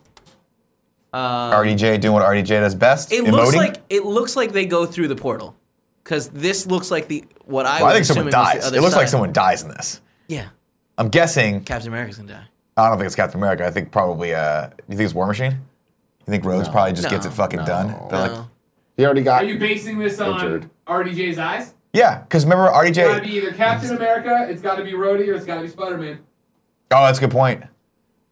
A: RDJ doing what RDJ does best.
D: um, It
A: emoting.
D: looks like it looks like they go through the portal, because this looks like the what I.
A: Well, I
D: was
A: think someone
D: assuming was the
A: dies.
D: other
A: It looks like
D: side.
A: someone dies in this.
D: Yeah,
A: I'm guessing.
D: Captain America's gonna die.
A: I don't think it's Captain America. I think probably. Uh, you think it's War Machine? You think Rhodes probably just gets
D: No,
A: it fucking done? They're
D: No.
A: like,
B: He already got.
I: Are you basing this
B: Injured.
I: on RDJ's eyes?
A: yeah, because remember
I: It's gotta be
A: RDJ.
I: either Captain America, it's gotta be Rhodey, or it's gotta be Spider Man.
A: Oh, that's a good point.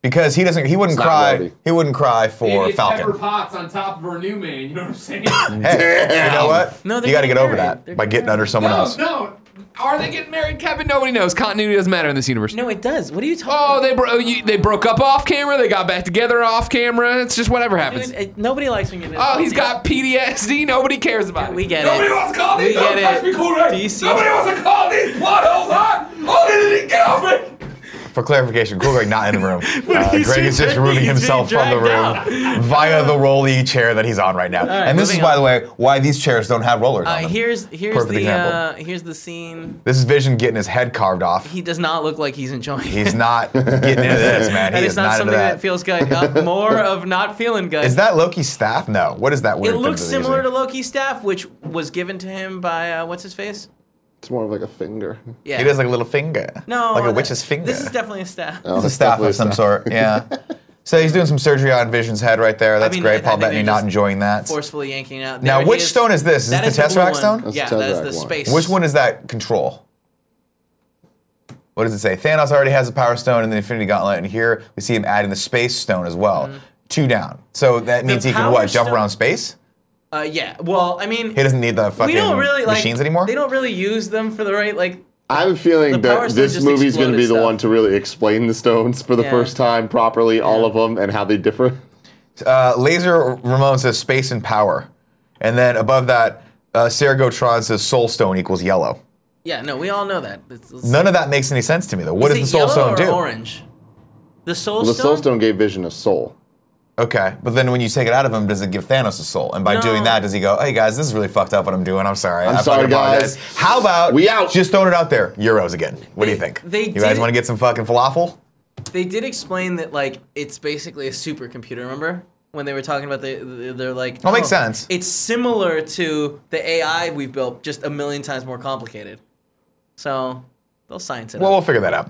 A: because he doesn't. He wouldn't
B: not
A: cry.
B: worthy.
A: He wouldn't cry for
I: Maybe it's Pepper
A: Falcon.
I: Potts on top of her new man. You know what I'm saying? no,
A: Hey, you know what?
D: No, they're
A: you got to
D: getting
A: get over
D: married.
A: that
D: They're
A: by
D: getting
A: getting under someone else.
I: no.
E: Are they getting married, Kevin? Nobody knows. Continuity doesn't matter in this universe.
D: No, it does. What are you
E: Oh,
D: talking
E: they bro- you, they broke up off camera. They got back together off camera. It's just whatever
D: about?
E: happens.
D: Dude, it- nobody likes when you.
E: oh, he's got PTSD. Nobody cares about it.
D: We get
I: Nobody
D: it.
I: wants to call
D: We
I: these. Don't
D: get
I: touch
D: it.
I: me, cool, right?
D: DC.
I: Nobody wants to call these plot holes, huh? Oh, they didn't get off it.
A: For clarification, Cool Greg not in the room. Uh,
D: he's
A: Greg is just
D: being-
A: removing
D: he's being
A: himself from the
D: dragged Uh.
A: room via the rolly chair that he's on right now.
D: right,
A: and this is,
D: moving
A: by
D: on.
A: the way, why these chairs don't have rollers
D: Uh,
A: on them.
D: here's here's
A: Perfect
D: the
A: example.
D: uh, here's the scene.
A: This is Vision getting his head carved off.
D: He does not look like he's enjoying. it.
A: He's not getting into this, man.
D: That
A: He
D: is
A: is not,
D: not
A: into
D: something
A: that.
D: that. feels good. Uh, more of not feeling good.
A: is that Loki's staff? No. What is that weird
D: it
A: thing
D: looks
A: that he's
D: similar to
A: using?
D: Loki's staff, which was given to him by uh, what's his face?
B: It's more of like a finger.
D: Yeah,
A: He does like a little finger.
D: no,
A: Like a
D: that-
A: witch's finger.
D: This is definitely a staff.
B: Oh,
A: It's a
B: it's
A: staff
B: definitely
A: of some
B: staff.
A: sort. Yeah. So he's doing some surgery on Vision's head right there. That's
D: mean, I- I
A: great. Paul
D: think they
A: Bettany not
D: just
A: enjoying that.
D: Forcefully yanking it out.
A: Now,
D: There he
A: which stone is this? Is
D: That
A: this the
D: blue
A: Tesseract
D: one.
A: stone?
B: That's
D: yeah,
B: the
D: that's
B: Tesseract
D: the
B: one.
D: space.
A: Which one is that control? What does it say? Thanos already has the Power Stone and the Infinity Gauntlet, and here we see him adding the Space Stone as well. Two down. So that means he can
D: Mm-hmm. Power
A: what? Jump
D: Stone-
A: around space?
D: Uh, yeah. Well, I mean,
A: He doesn't need the
D: we
A: fucking
D: don't really like
A: machines anymore.
D: They don't really use them for the right like.
B: I have a feeling
D: The power
B: that
D: stone
B: this
D: just
B: movie's going to be
D: exploded
B: the
D: stuff.
B: one to really explain the stones for the
D: Yeah.
B: first time properly, all of them, and how they differ.
A: Uh, Laser Ramon says space and power, and then above that, uh, Sergotron says Soul Stone equals yellow.
D: Yeah, no, we all know that. It's, it's,
A: None of that makes any sense to me though. What
D: is
A: does the Soul
D: it yellow
A: Stone
D: or
A: do?
D: Orange. The soul
B: The
D: stone.
B: soul stone gave Vision a soul.
A: Okay, but then when you take it out of him, does it give Thanos a soul? And by
D: No.
A: doing that, does he go, "Hey guys, this is really fucked up what I'm doing. I'm sorry.
B: I'm
A: I
B: sorry,
A: fucking apologize."
B: guys.
A: How about
B: We out.
A: Just throwing it out there. Euros again. What do you
D: They-
A: think?
D: they
A: you guys
D: did-
A: want to get some fucking falafel?
D: They did explain that like it's basically a supercomputer. Remember when they were talking about the, the they're like. "Oh,
A: That makes sense.
D: It's similar to the AI we've built, just a million times more complicated. So they'll science it.
A: Well,
D: up.
A: we'll figure that out.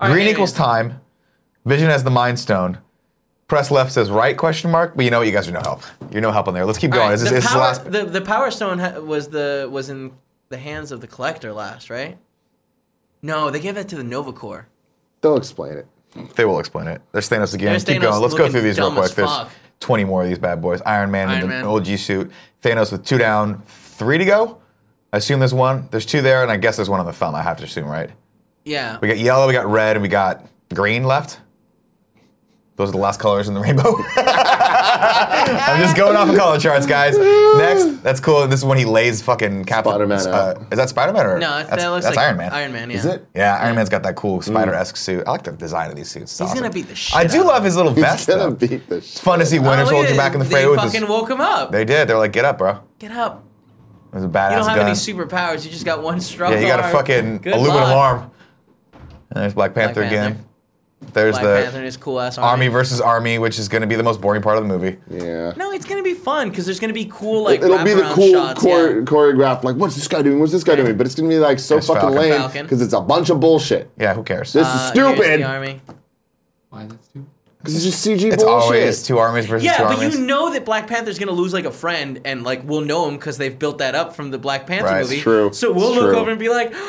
D: All right,
A: Green
D: yeah,
A: equals
D: yeah.
A: time. Vision has the Mind Stone. Press left says right question mark. But you know what? You guys are no help. You're no help on there. Let's keep
D: All
A: going.
D: right,
A: This is
D: the,
A: this is the
D: power,
A: last.
D: the, the power stone ha- was the was in the hands of the collector last, right? No, they gave that to the Nova Corps.
B: They'll explain it.
A: They will explain it. There's Thanos again.
D: There's
A: Keep
D: Thanos
A: going. Let's go
D: looking
A: through these real
D: dumb as
A: quick. There's
D: fuck.
A: 20 more of these bad boys. Iron Man
D: Iron
A: in
D: Man.
A: the OG suit. Thanos with two down, three to go. I assume there's one. There's two there, and I guess there's one on the thumb. I have to assume, right?
D: Yeah.
A: We got yellow, we got red, and we got green left. Those are the last colors in the rainbow. I'm just going off of color charts, guys. Next, that's cool. This is when he lays fucking Cap. uh,
B: Spider-Man out.
A: is that Spider Man or
D: no,
A: that's,
D: that looks
A: that's
D: like
A: Iron Man?
D: Iron Man, yeah. Mm.
B: Is it?
A: Yeah, Iron Man's got that cool spider-esque suit. I like the design of these suits. It's
D: He's
A: awesome.
D: gonna beat the shit
A: I do
D: out of
A: love his little vest.
B: He's gonna
A: though.
B: beat the
A: It's
B: shit.
A: fun to see Winter
D: Oh, look
A: Soldier
D: at
A: back in the
D: it.
A: fray
D: They
A: with
D: fucking
A: this.
D: woke him up.
A: They did. They were like, "Get up, bro." It
D: Get up.
A: was a badass
D: You don't have
A: gun.
D: any superpowers. You just got one strong.
A: yeah, you got a
D: arm.
A: fucking
D: Good
A: aluminum
D: luck.
A: arm. And there's Black Panther again.
D: Panther.
A: There's
D: Black
A: the
D: Panther and his cool ass
A: army
D: army.
A: versus army, which is going to be the most boring part of the movie.
B: Yeah.
D: No, it's gonna be fun because there's gonna be cool like
B: It'll be the
D: wraparound
B: cool
D: shots.
B: chore-
D: yeah.
B: choreographed. Like, what's this guy doing? What's this guy doing? But it's gonna be like so
A: It's
B: fucking
A: Falcon.
B: lame
D: Falcon.
B: because it's a bunch of bullshit.
A: Yeah, who cares?
B: This
D: Uh,
B: is
D: here's the
B: stupid
D: army.
E: Why is that stupid?
B: because it's just CG
A: it's
B: bullshit.
A: always two armies versus
D: Yeah,
A: two
D: but
A: armies.
D: you know that Black Panther's gonna lose like a friend, and like we'll know him because they've built that up from the Black Panther
A: Right, it's
D: movie.
B: true.
D: So we'll
B: It's
D: look
B: true.
D: over and be like,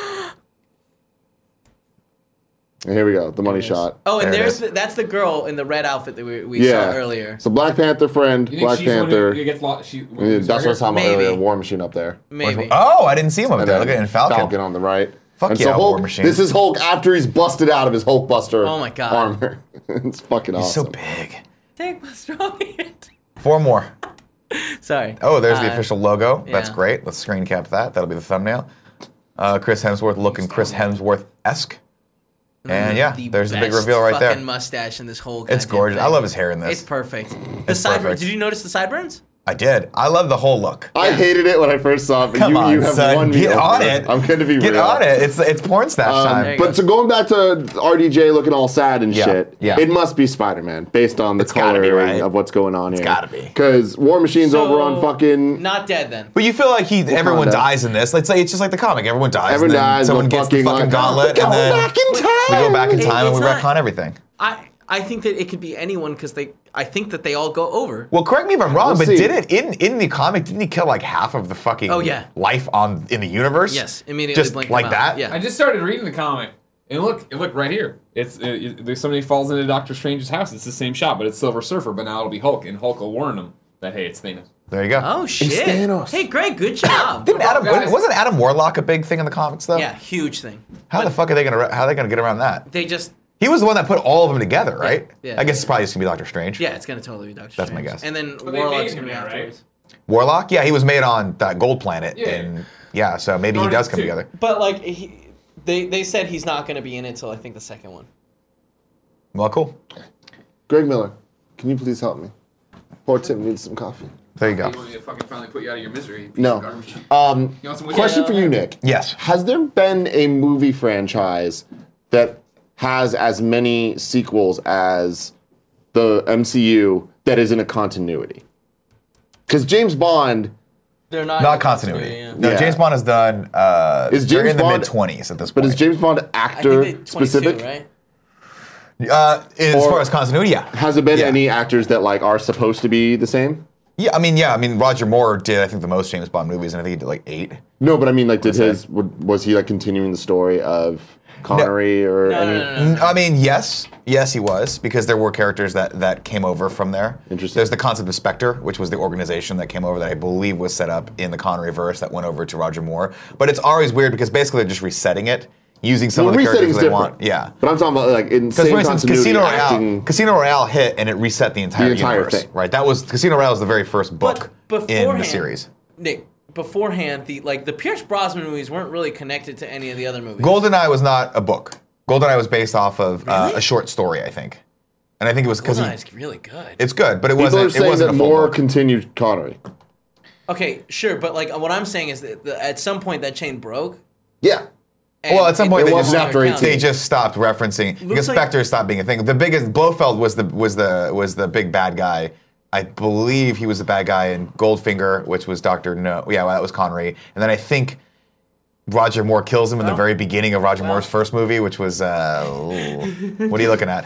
B: And here we go. The money shot.
D: oh, and
A: There it
D: there's
A: is.
D: the, that's the girl in the red outfit that we, we
B: yeah.
D: saw earlier.
B: So Black Panther friend,
I: You think
B: Black
I: she's the one who
B: Panther.
I: gets lo- she-
B: Yeah,
I: who's
B: that's what I was
I: her-
B: talking about
D: Maybe.
B: earlier. War Machine up there.
D: Maybe.
A: oh, I didn't see him up there. Look at it, and Falcon.
B: Falcon on the right.
A: Fuck
B: and
A: yeah,
B: Hulk,
A: War Machine.
B: This is Hulk after he's busted out of his Hulk Buster
D: Oh my God.
B: armor. it's fucking
A: He's
B: awesome.
A: so big.
D: Take what's wrong. with it.
A: Four more.
D: Sorry.
A: Oh, there's the
D: Uh,
A: official logo. That's
D: yeah.
A: great. Let's screen cap that. That'll be the thumbnail. Uh, Chris Hemsworth looking Chris Hemsworth esque. And yeah, there's the big
D: Mm, best
A: reveal right there.
D: Fucking mustache in this whole.
A: It's
D: goddamn
A: gorgeous. I
D: thing.
A: love his hair in this.
D: It's perfect. The
A: It's
D: sideburns.
A: perfect.
D: Did you notice the sideburns?
A: I did. I love the whole look.
B: I hated it when I first saw it, but
A: Come
B: you,
A: on,
B: you have
A: son.
B: won me.
A: get
B: over
A: on
B: this.
A: it.
B: I'm going to be
A: Get
B: real.
A: on it. It's it's porn stash
B: Um,
A: time.
D: go.
B: but so going back to RDJ looking all sad and
A: Yeah,
B: shit,
A: yeah.
B: it must be Spider Man based on the
A: gotta
B: coloring
A: be, right?
B: of what's going on here.
A: gotta be.
B: Because War Machine's
D: So-
B: over on fucking.
D: Not dead then.
A: But you feel like he everyone
B: Wakanda.
A: dies in this. Let's say it's just like the comic. Everyone dies.
B: Everyone
A: and then
B: dies,
A: Someone
B: but
A: gets the fucking
B: fucking, like,
A: gauntlet,
B: "Go
A: and then
B: back in
A: we go back in
D: It-
A: time and
D: it's
A: we
D: not-
A: retcon everything.
D: I I think that it could be anyone because they I think that they all go over.
A: Well, correct me if I'm wrong,
B: We'll
A: but
B: see.
A: did it in in the comic? Didn't he kill like half of the fucking
D: Oh, yeah.
A: life on in the universe?
D: Yes, immediately
A: Just
D: blink
A: like
D: them out.
A: that.
I: I
D: Yeah.
I: just started reading the comic.
J: And look, and look right here. It's it, it, somebody falls into Doctor Strange's house. It's the same shot, but it's Silver Surfer. But now it'll be Hulk, and Hulk will warn him that hey, it's Thanos.
A: There you go.
D: Oh shit!
B: Thanos.
D: Hey, Greg, good job.
A: Didn't
B: Oh,
A: Adam
J: guys.
A: wasn't Adam Warlock a big thing in the comics though?
D: yeah, huge thing.
A: How the fuck are they gonna how are they gonna get around that?
D: They just
A: He was the one that put all of them together, right?
D: yeah.
A: I guess it's probably just gonna be Doctor Strange.
D: yeah, it's gonna totally be Doctor.
A: That's my
D: Strange.
A: guess.
D: And then
J: they
D: Warlock's
J: made
D: gonna
J: him
D: be
J: now, right?
D: afterwards.
A: Warlock? Yeah, he was made on that gold planet.
J: Yeah.
A: And yeah, so maybe he
J: Guardians
A: does come
J: two.
A: together.
D: But like he, they they said he's not gonna be in it till I think the second one.
A: Well, cool.
B: Greg Miller, can you please help me? Poor Tim needs some coffee.
A: There you go.
E: You want me to fucking finally put you out of your misery? you piece
B: No.
E: of garbage?
B: Um,
E: You want some whiskey?
B: question for you, Nick.
A: Yes.
B: Has there been a movie franchise that has as many sequels as the MCU that is in a continuity? Because James Bond
D: They're not
A: Not continuity.
D: yeah.
A: No,
B: Yeah.
A: James Bond has done uh
B: Is
A: they're
B: James
A: in the
B: Bond-
A: mid twenties at this
B: But
A: point.
B: is James Bond
D: I think
B: actor
D: they 22,
B: specific?
D: right?
A: uh, as
B: or-
A: far as continuity, yeah.
B: Has there been
A: Yeah.
B: any actors that like are supposed to be the same?
A: Yeah, I mean, yeah, I mean Roger Moore did I think the most James Bond movies and I think he did like eight.
B: No, but I mean, like, did his would- was he like continuing the story of Connery or
D: No, no,
B: any?
D: no, no, no.
A: N- I mean, yes, yes, he was because there were characters that that came over from there.
B: Interesting.
A: There's the concept of Spectre, which was the organization that came over that I believe was set up in the Connery verse that went over to Roger Moore. But it's always weird because basically they're just resetting it using some
B: Well,
A: of the
B: resetting's
A: characters they
B: different.
A: want. Yeah.
B: But I'm talking about like in
A: Because
B: same
A: for instance,
B: continuity
A: Casino Royale,
B: acting.
A: Casino Royale hit and it reset the entire,
B: entire
A: universe.
B: thing.
A: Right. That was Casino Royale was the very first book in the
D: beforehand-
A: series.
D: Nick, beforehand, the like the Pierce Brosnan movies weren't really connected to any of the other movies.
A: Goldeneye was not a book. Goldeneye was based off of uh,
D: Really?
A: a short story, I think. And I think it was because
D: Goldeneye's really good.
A: it's good, but it
B: People
A: wasn't.
B: are
A: It
B: saying
A: wasn't
B: that
A: a full
B: more
A: book.
B: continued Connery.
D: Okay, sure, but like what I'm saying is that the, at some point that chain broke.
B: Yeah,
D: and
A: Well, at some
D: it
A: point they
D: didn't
A: just-
D: matter
B: after
D: account.
B: 18.
A: they just stopped referencing because
D: like-
A: Spectre stopped being a thing. The biggest Blofeld was the was the was the big bad guy. I believe he was the bad guy in Goldfinger, which was Doctor No. Yeah, well, that was Connery. And then I think Roger Moore kills
D: Oh.
A: him in the very beginning of Roger Moore's first movie, which was uh, ooh. what are you looking at?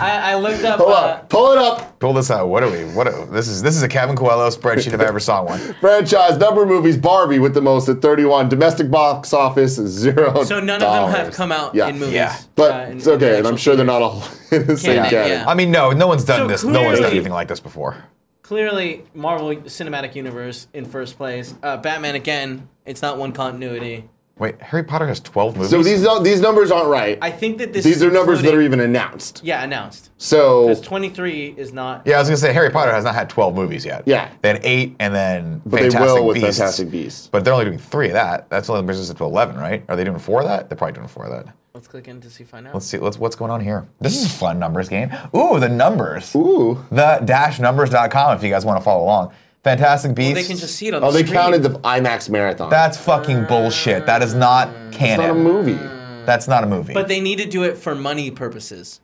D: I, I looked up.
B: Pull
D: Uh,
B: up, pull it up.
A: Pull this out. What are we? What are, this is this is a Kevin Coelho spreadsheet if I ever saw one.
B: Franchise number of movies: Barbie with the most at 31. Domestic box office zero.
D: so none of them have
B: dollars.
D: come out
B: Yeah.
D: in movies.
A: Yeah.
B: But
D: uh, in-
B: it's
D: in
B: okay, and
D: actual
B: I'm sure they're
D: theaters.
B: not all in the same
D: Canon,
B: canon.
D: yeah.
A: I mean, no, no one's done
D: So
A: this. no one's done
D: clearly-
A: anything like this before.
D: Clearly, Marvel Cinematic Universe in first place. Uh, Batman again. It's not one continuity.
A: Wait, Harry Potter has twelve movies.
B: So these don't- these numbers aren't right.
D: I think that this.
B: these
D: is
B: are numbers that are even
D: including-
B: announced.
D: Yeah, announced.
B: So
D: Because 23 is not.
A: Yeah, I was gonna say Harry Potter has not had twelve movies yet.
B: Yeah.
A: they had eight, and then
B: But they
A: Fantastic
B: will with
A: Beasts.
B: Fantastic Beasts.
A: But they're only doing three of that. That's only brings us up to eleven, right? Are they doing four of that? They're probably doing four of that.
D: Let's click in to see find out.
A: Let's see. Let's what's going on here. This is a fun numbers game. Ooh, the numbers.
B: Ooh.
A: The dash numbers.com if you guys want to follow along. Fantastic Beasts.
D: they can just see it on the
B: Oh, they
D: screen.
B: counted the IMAX marathon.
A: That's fucking bullshit. That is not canon.
B: It's not a movie.
D: Mm.
A: That's not a movie.
D: But they need to do it for money purposes.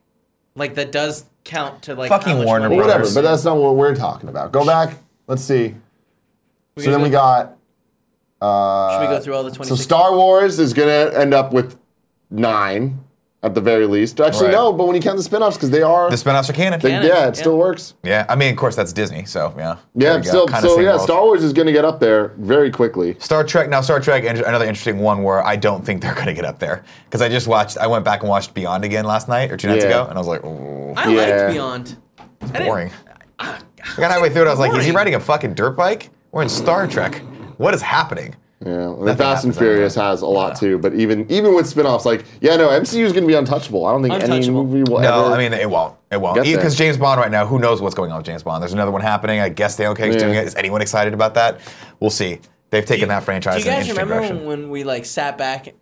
D: Like that does count to like.
A: Fucking
D: how much
A: Warner
D: money-
A: Bros.
B: Whatever, but that's not what we're talking about. Go back. Let's see. So
D: can
B: then
D: do
B: we
D: it.
B: got.
D: Should we go through all the
B: So
D: 26?
B: Star Wars is gonna end up with nine at the very least. Actually,
A: Right.
B: no, but when you count the spin-offs, because they are
A: the spin-offs are canon.
B: they-
D: Canon,
B: yeah, it
D: yeah.
B: still works.
A: yeah, I mean, of course that's Disney, so yeah. There
B: Yeah,
A: you go.
B: still
A: Kinda
B: so
A: same
B: yeah,
A: world.
B: Star Wars is gonna get up there very quickly.
A: Star Trek. Now, Star Trek, and another interesting one where I don't think they're going to get up there because I just watched. I went back and watched Beyond again last night or two nights
B: Yeah.
A: ago, and I was like, Ooh,
D: I
B: Yeah.
D: liked Beyond. I didn't-
A: boring. I got halfway through it. I was like, is he
D: boring?
A: riding a fucking dirt bike? We're in Star Trek. What is happening?
B: Yeah, and
A: Nothing
B: Fast and
A: happens anyway.
B: Furious has a lot too, but even even with spin-offs, like yeah, no, MCU is gonna be untouchable. I don't think any
D: Untouchable.
B: movie will
A: No,
B: ever.
A: I mean it won't. It won't.
B: Get there.
A: Because James Bond right now, who knows what's going on with James Bond? There's another one happening. I guess Daniel Craig's
B: Yeah.
A: doing it. Is anyone excited about that? We'll see. They've taken that
D: Do
A: franchise
D: you
A: in an
D: guys
A: interesting
D: remember
A: direction.
D: when we like sat back?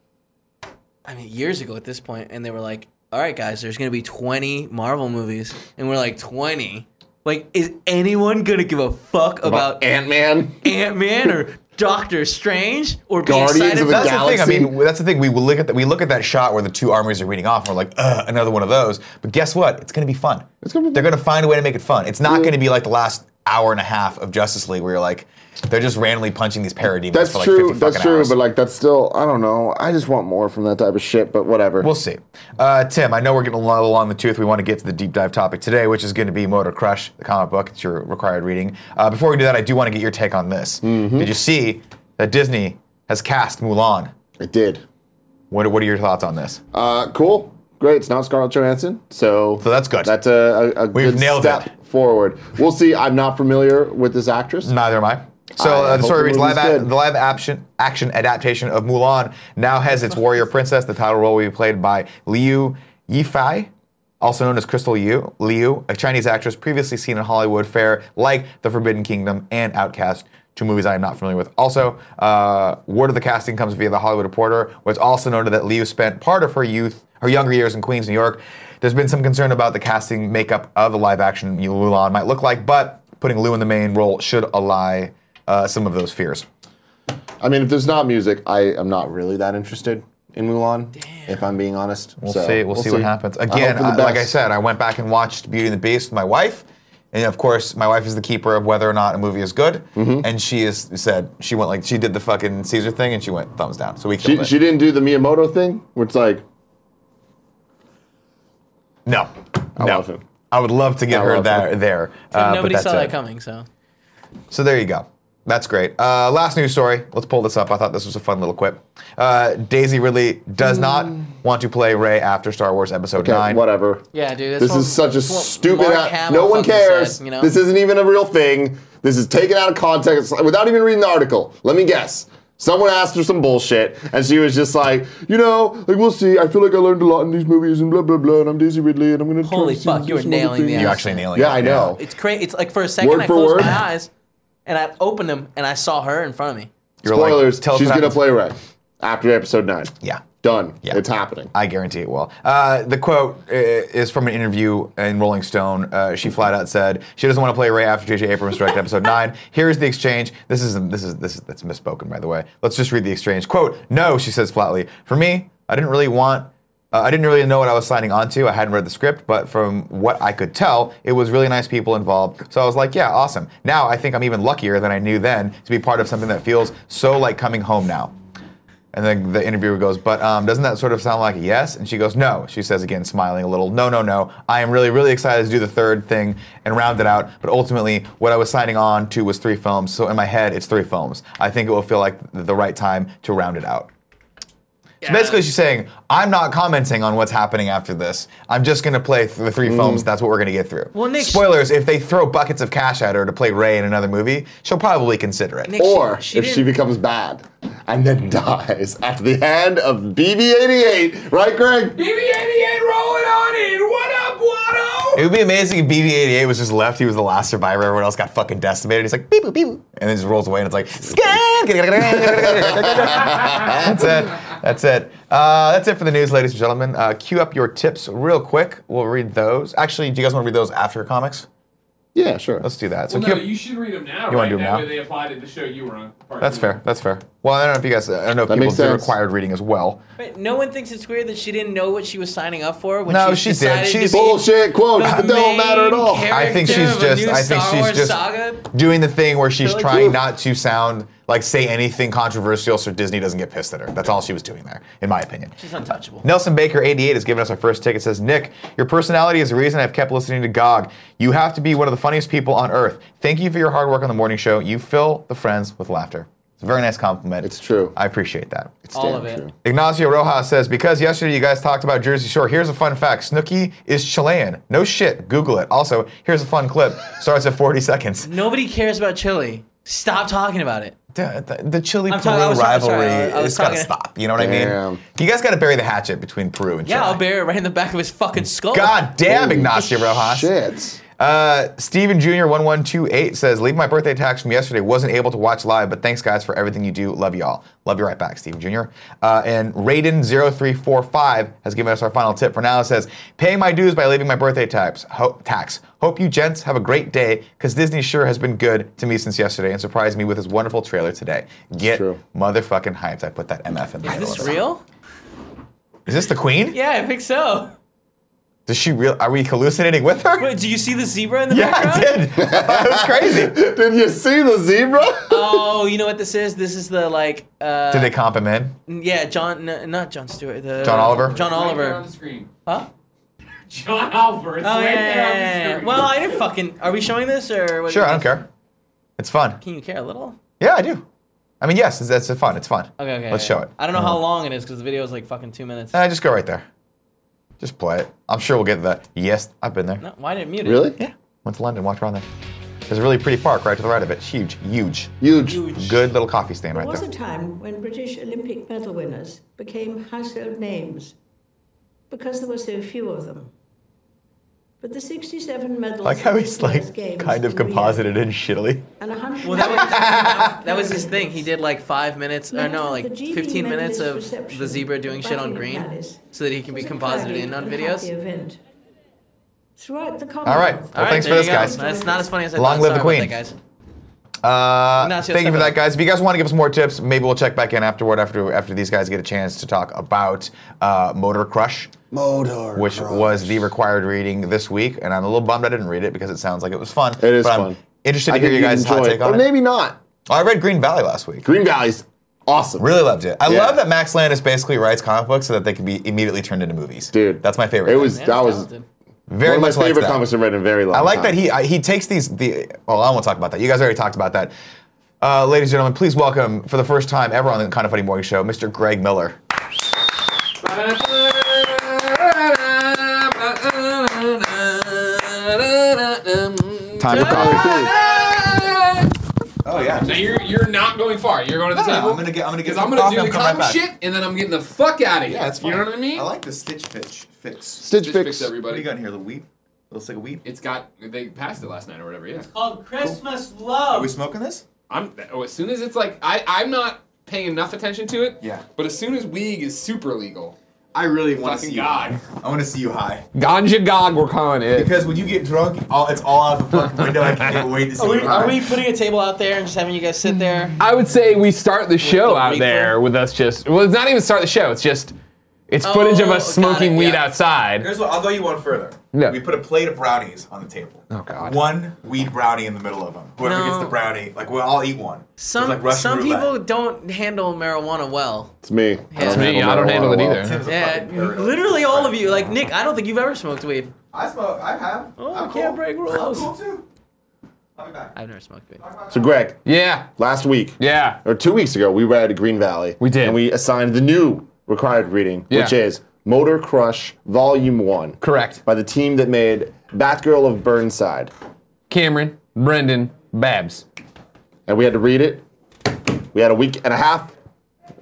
D: I mean, years ago at this point, and they were like, "All right, guys, there's gonna be 20 Marvel movies," and we're like, "20? Like, is anyone gonna give a fuck about,
B: Ant Man.
D: Ant Man or Doctor Strange or be
B: Guardians
D: excited
B: of the
D: about?"
A: that's the thing. I
B: Galaxy.
A: mean, that's the thing. We will look at that. We look at that shot where the two armies are reading off, and we're like, Ugh, another one of those. But guess what? It's going to be fun. It's
B: gonna be
A: They're going to find a way to make it fun. It's not going to be like the last hour and a half of Justice League, where you're like, they're just randomly punching these parademons
B: That's
A: for like
B: true.
A: 50
B: That's
A: fucking
B: true.
A: hours.
B: But like, that's still. I don't know. I just want more from that type of shit. But whatever.
A: We'll see. Uh, Tim, I know we're getting a little along the tooth. We want to get to the deep dive topic today, which is going to be Motor Crush, the comic book. It's your required reading. Uh, before we do that, I do want to get your take
B: Mm-hmm.
A: on this. Did you see that Disney has cast Mulan
B: I did.
A: What are, what are your thoughts on this?
B: Uh, cool. Great. It's not Scarlett Johansson, so
A: So that's good.
B: that's a, a, a
A: We've
B: good
A: nailed
B: step forward. We'll see. I'm not familiar with this actress.
A: Neither am I. So
B: I
A: uh, the
B: hope
A: story
B: the
A: reads:
B: movie's
A: live act-
B: good.
A: the live action action adaptation of Mulan now has its warrior princess. The title role will be played by Liu Yifei, also known as Crystal Yu. Liu, a Chinese actress previously seen in Hollywood fare like The Forbidden Kingdom and Outcast. Two movies I am not familiar with. Also, uh, word of the casting comes via the Hollywood Reporter, where it's also noted that Liu spent part of her youth, her younger years in Queens, New York. There's been some concern about the casting makeup of the live action Mulan might look like, but putting Liu in the main role should allay uh, some of those fears.
B: I mean, if there's not music, I am not really that interested in Mulan. If I'm being honest,
A: We'll see. We'll, see, what happens. Again,
B: hope for the
A: I- like I
B: best.
A: said, I went back and watched Beauty and the Beast with my wife, and of course, my wife is the keeper of whether or not a movie is good.
B: Mm-hmm.
A: And she is said she went like she did the fucking Caesar thing, and she went thumbs down. So we killed
B: She,
A: it.
B: she didn't do the Miyamoto thing, where it's like,
A: no,
B: I
A: no.
B: love him.
A: I would love to get
B: I
A: her
B: love
A: there.
B: him.
A: There,
D: And
A: uh,
D: nobody
A: but that's
D: saw
A: it.
D: that coming, so.
A: So there you go. That's great. Uh, last news story. Let's pull this up. I thought this was a fun little quip. Uh, Daisy Ridley
D: Mm.
A: does not want to play Rey after Star Wars Episode
B: okay,
A: Nine.
B: whatever.
D: Yeah, dude. that's
B: This
D: what-
B: is such a
D: that's what
B: stupid.
D: Mark
B: a-
D: Hamill
B: no one
D: fucking
B: cares.
D: said, you know?
B: This isn't even a real thing. This is taken out of context without even reading the article. Let me guess. Someone asked her some bullshit, and she was just like, you know, like we'll see. I feel like I learned a lot in these movies, and blah blah blah. And I'm Daisy Ridley, and I'm gonna. try
D: Holy
B: to see
D: fuck,
B: if
D: you
B: there's
D: were
B: some other
D: nailing the
B: things."
A: You're
D: Yeah.
A: actually nailing
B: Yeah,
A: it.
B: I know.
D: It's crazy. It's like for a second
B: Word
D: I
B: for
D: closed
B: word.
D: my eyes and I opened them and I saw her in front of me.
A: You're like,
B: Spoilers.
A: tell us
B: she's
A: what
B: gonna
A: happens.
B: play Ray after episode nine.
A: Yeah.
B: Done.
A: Yeah.
B: It's happening.
A: I guarantee it will. Uh, the quote uh, is from an interview in Rolling Stone. Uh, she flat out said she doesn't want to play Ray after J.J. Abrams directed Episode Nine. Here is the exchange. This is this is this is that's misspoken by the way. Let's just read the exchange. Quote: No, she says flatly. For me, I didn't really want. Uh, I didn't really know what I was signing on to. I hadn't read the script, but from what I could tell, it was really nice people involved. So I was like, yeah, awesome. Now I think I'm even luckier than I knew then to be part of something that feels so like coming home now. And then the interviewer goes, But um, doesn't that sort of sound like a yes? And she goes, No. She says again, smiling a little, No, no, no. I am really, really excited to do the third thing and round it out. But ultimately, what I was signing on to was three films. So in my head, it's three films. I think it will feel like th- the right time to round it out. So basically, she's saying, I'm not commenting on what's happening after this. I'm just going to play th- the three films. That's what we're going to get through.
D: Well, Nick-
A: Spoilers if they throw buckets of cash at her to play Ray in another movie, she'll probably consider it.
D: Nick,
B: Or
D: she, she
B: if she
D: didn't-
B: becomes bad and then dies at the end of BB-88, right, Greg?
I: BB-88 rolling on in. What up, Watto?
A: It would be amazing if BB-88 was just left. He was the last survivor. Everyone else got fucking decimated. He's like beep boop beep, boop, and then just rolls away, and it's like scan. that's it. That's it. Uh, that's it for the news, ladies and gentlemen. Uh, cue up your tips real quick. We'll read those. Actually, do you guys want to read those after comics?
B: Yeah, sure.
A: Let's do that. So
J: Well,
A: cue
J: no,
A: up-
J: you should read them now.
A: You wanna
J: right?
A: do 'em
J: That
A: now?
J: way They applied it to show you were on. part
A: that's
J: two.
A: fair. That's fair. Well, I don't know if you guys. I don't know if people
B: makes
A: do
B: sense.
A: required reading as well.
D: Wait, no one thinks it's weird that she didn't know what she was signing up for when
A: No, she
D: she,
A: did.
D: decided to
A: She's
D: be
B: Bullshit quotes
D: the
B: that don't
D: main
B: matter at all.
D: character
A: I think she's
D: of a
A: just.
D: new
A: I think
D: Star
A: she's
D: Wars
A: just
D: saga.
A: doing the thing where she's
D: Billy
A: trying
B: Oof.
A: not to sound like say anything controversial, so Disney doesn't get pissed at her. That's all she was doing there, in my opinion.
D: She's untouchable.
A: Nelson Baker 88 has given us our first ticket. Says Nick, your personality is the reason I've kept listening to Gog. You have to be one of the funniest people on earth. Thank you for your hard work on the morning show. You fill the friends with laughter. It's a very nice compliment.
B: It's true.
A: I appreciate that.
B: It's
D: all
B: damn
D: of it.
A: Ignacio Rojas says, because yesterday you guys talked about Jersey Shore, here's a fun fact. Snooki is Chilean. No shit. Google it. Also, here's a fun clip. Starts at 40 seconds.
D: Nobody cares about Chile. Stop talking about it.
A: Dude, The, the Chile Peru
D: I'm talking- I was- I'm sorry,
A: rivalry
D: I was- I was
A: has got to
D: talking-
A: stop. You know what I mean?
B: Damn.
A: You guys got to bury the hatchet between Peru and Chile.
D: Yeah, I'll bury it right in the back of his fucking skull.
A: God damn,
B: Holy
A: Ignacio Rojas.
B: Shit.
A: Uh, Steven Jr. one one two eight says, "Leave my birthday tax from yesterday. Wasn't able to watch live, but thanks guys for everything you do. Love y'all. Love you right back, Steven Jr." Uh, and Raiden 345 has given us our final tip for now. It says, "Paying my dues by leaving my birthday tax. Ho- tax. Hope you gents have a great day, because Disney sure has been good to me since yesterday and surprised me with his wonderful trailer today. Get
B: true.
A: motherfucking hyped. I put that MF in the
D: Is
A: middle
D: this
A: of it.
D: real?
A: Is this the Queen?
D: Yeah, I think so.
A: Does she real? Are we hallucinating with her?
D: Wait, do you see the zebra in the
A: yeah, I
D: background?
A: did. that was crazy.
B: Did you see the zebra?
D: Oh, you know what this is? This is the like. Uh,
A: Did they comp him in?
D: Yeah, John. n- Not John Stewart. The
A: John Oliver?
D: John
J: Right there on
D: Oliver.
J: the screen.
D: Huh?
J: John Oliver. It's
D: Oh
J: right
D: yeah,
J: there on the
D: yeah, yeah, yeah.
J: screen.
D: Well, I didn't fucking. Are we showing this or? What
A: Sure, I don't care. It's fun.
D: Can you care a little?
A: Yeah, I do. I mean, yes, it's- that's fun. It's fun.
D: Okay, okay.
A: Let's show
D: okay.
A: it. Uh-huh.
D: I don't know how long it is because the video is like fucking two minutes.
A: Uh, just go right there. Just play it. I'm sure we'll get the yes. I've been there.
D: No, why didn't mute it?
B: Really?
A: Yeah. Went to London. Walked around there. There's a really pretty park right to the right of it. It's huge, huge,
B: Huge.
A: good little coffee stand
K: There
A: right
K: was
A: there.
K: a time when British Olympic medal winners became household names because there were so few of them. But the 67 medals
A: Like how
K: at
A: he's
K: the World
A: like
K: Games
A: kind of
K: in Rio
A: composited in shittily.
K: And 100
D: Well, that was that was his thing. He did like five minutes, or no, like 15 minutes of the zebra doing shit on green, so that he can be composited in on videos.
K: Event. Throughout the
A: All right. Well,
D: All right,
A: thanks for
D: there
A: this,
D: you go.
A: guys.
D: That's not as funny as I
A: Long
D: thought.
A: live the
D: Sorry about
A: queen.
D: that, guys.
A: Uh,
D: Ignacio,
A: thank you
D: step
A: for
D: it
A: that,
D: up.
A: guys. If you guys want to give us more tips, maybe we'll check back in afterward after after these guys get a chance to talk about uh, Motor Crush,
C: Motor.
A: which
C: Crush.
A: was the required reading this week. And I'm a little bummed I didn't read it because it sounds like it was fun. It
B: is
A: but I'm
B: fun.
A: interested to
B: I
A: hear
B: think
A: you
B: you'd
A: guys' hot
B: enjoy it.
A: take on
B: or
A: it.
B: maybe not.
A: I read Green Valley last week.
B: Green Valley's awesome.
A: Really loved it. I
B: Yeah.
A: love that Max Landis basically writes comic books so that they can be immediately turned into movies.
B: Dude.
A: that's my favorite.
B: It
A: thing.
B: was
D: Man,
B: that was
D: talented.
A: very
B: one
A: much
B: of my
A: liked
B: favorite
A: that.
B: comics I've read in a very long.
A: I like
B: time.
A: that he I, he takes these the well I won't talk about that. You guys already talked about that. Uh, ladies and gentlemen, please welcome for the first time ever on the Kind of Funny Morning Show, Mr. Greg Miller. Time for coffee. Oh yeah.
J: Now you're you're not going far. You're going to
A: No,
J: the
A: no,
J: table.
A: I'm gonna get- I'm gonna get
J: Because
A: some
J: I'm gonna
A: coffee,
J: do
A: I'm
J: the
A: coming right
J: common
A: back.
J: shit, and then I'm getting the fuck out of here.
A: Yeah, that's fine.
J: You know what I mean?
A: I like the Stitch Fitch fix.
B: Stitch
J: Just
B: Fix.
J: fix everybody.
A: What do you got in here? The weed? Little stick of weed?
J: It's got they passed it last night or whatever. Yeah.
D: Called Christmas
A: Are
D: love.
A: we smoking this?
J: I'm oh, as soon as it's like I I'm not paying enough attention to it.
A: Yeah.
J: But as soon as weed is super legal,
A: I really
J: fucking god.
A: I want to see you high.
J: Ganja gog, we're calling it.
A: Because when you get drunk, all, it's all out of the fucking window. I can't wait to see
D: Are we,
A: you
D: are
A: high.
D: we putting a table out there and just having you guys sit there?
J: I would say we start the show
D: the
J: out
D: refill?
J: there with us just. Well, it's not even start the show. It's just. It's footage of us
D: Oh, got
J: smoking
D: it,
J: weed
D: yeah.
J: outside.
A: Here's what I'll go you one further.
J: Yeah.
A: We put a plate of brownies on the table.
J: Oh, God.
A: One weed brownie in the middle of them. Whoever gets
D: No.
A: the brownie, like we'll all eat one. So
D: Some
A: it's like Russian
D: some
A: roulette.
D: people don't handle marijuana well.
B: It's me.
D: It's
J: me, I don't handle it either.
A: Tim's a
D: Yeah,
A: fucking weirdo.
D: literally all of you. Like Nick, I don't think you've ever smoked weed.
A: I smoke. I have.
D: Oh,
A: I'm
D: I can't break rules.
A: I'm cool too. I'll be back.
D: I've never smoked weed.
B: So Greg,
J: Yeah.
B: last week
J: Yeah.
B: or two weeks ago, we read Green Valley.
J: We did.
B: and we assigned the new required reading,
J: Yeah.
B: which is Motor Crush Volume One.
J: Correct.
B: By the team that made Batgirl of Burnside,
J: Cameron, Brendan, Babs.
B: and we had to read it. We had a week and a half,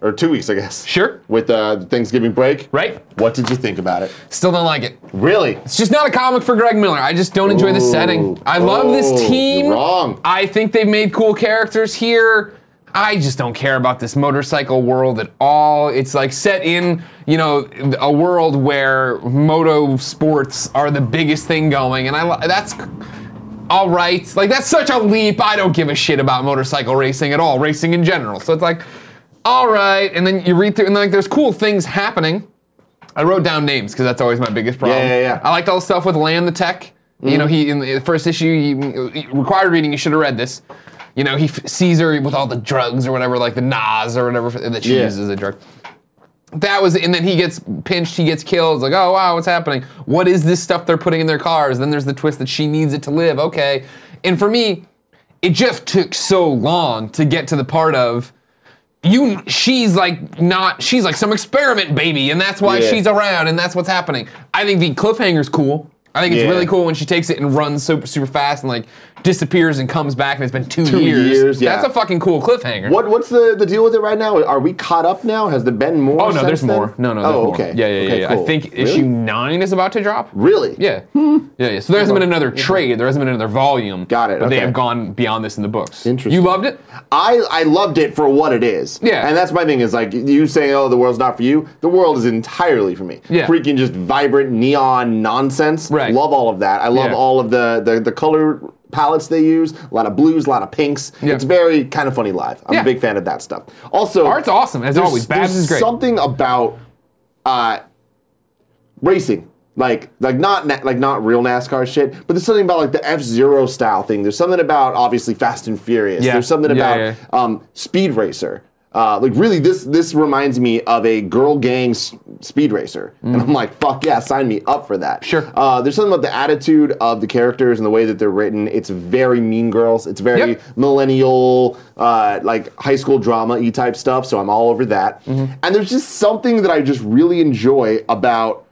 B: or two weeks, I guess.
J: Sure.
B: With uh, the Thanksgiving break.
J: Right.
B: What did you think about it?
J: Still don't like it.
B: Really?
J: It's just not a comic for Greg Miller. I just don't enjoy the
B: Ooh.
J: setting. I love
B: Oh,
J: this team.
B: you're wrong.
J: I think they've made cool characters here. I just don't care about this motorcycle world at all. It's like set in, you know, a world where moto sports are the biggest thing going, and I lo- that's all right. Like that's such a leap. I don't give a shit about motorcycle racing at all, racing in general. So it's like, all right, and then you read through, and like there's cool things happening. I wrote down names because that's always my biggest problem.
B: Yeah, yeah, yeah.
J: I liked all the stuff with Land the Tech. You know, he in the first issue, he, he- required reading. You should have read this. You know, he f- sees her with all the drugs or whatever, like the Nas or whatever that she
B: Yeah.
J: uses as a drug. That was, and then he gets pinched, he gets killed. It's like, oh wow, what's happening? What is this stuff they're putting in their cars? Then there's the twist that she needs it to live. Okay, and for me, it just took so long to get to the part of you she's like not she's like some experiment baby and that's why
B: Yeah.
J: she's around and that's what's happening i think the cliffhanger's cool i think it's
B: Yeah.
J: really cool when she takes it and runs super super fast and like disappears and comes back and it's been two,
B: Two years, yeah.
J: that's a fucking cool cliffhanger
B: What what's the, the deal with it right now? Are we caught up now? Has there been more?
J: oh no
B: since
J: there's
B: then?
J: more no no there's
B: Oh
J: more.
B: okay.
J: yeah yeah yeah,
B: Okay,
J: yeah.
B: cool.
J: i think
B: Really? Hmm.
J: issue nine is about to drop
B: Really?
J: yeah yeah yeah so there hasn't been another trade there hasn't been another volume
B: Got it,
J: but they
B: okay.
J: have gone beyond this in the books
B: Interesting.
J: you loved it
B: I I loved it for what it is.
J: Yeah.
B: And that's my thing is like you saying, oh, the world's not for you. The world is entirely for me.
J: Yeah.
B: Freaking just vibrant neon nonsense.
J: Right.
B: Love all of that. I love
J: Yeah.
B: all of the, the the color palettes they use. A lot of blues, a lot of pinks.
J: Yeah.
B: It's very kind of funny live. I'm
J: Yeah.
B: a big fan of that stuff. Also,
J: Art's awesome, as
B: there's-
J: always. Babs
B: there's
J: is great.
B: Something about uh, racing. Like, like not na- like not real NASCAR shit, but there's something about like the F Zero style thing. There's something about obviously Fast and Furious.
J: Yeah.
B: There's something
J: Yeah,
B: about
J: yeah.
B: um, Speed Racer. Uh, like really, this this reminds me of a girl gang s- speed racer, and
J: Mm-hmm.
B: I'm like, fuck yeah, sign me up for that. Sure. Uh, there's something about the attitude of the characters and the way that they're written. It's very Mean Girls. It's very millennial, uh, like high school drama e type stuff. So I'm all over that.
J: Mm-hmm.
B: And there's just something that I just really enjoy about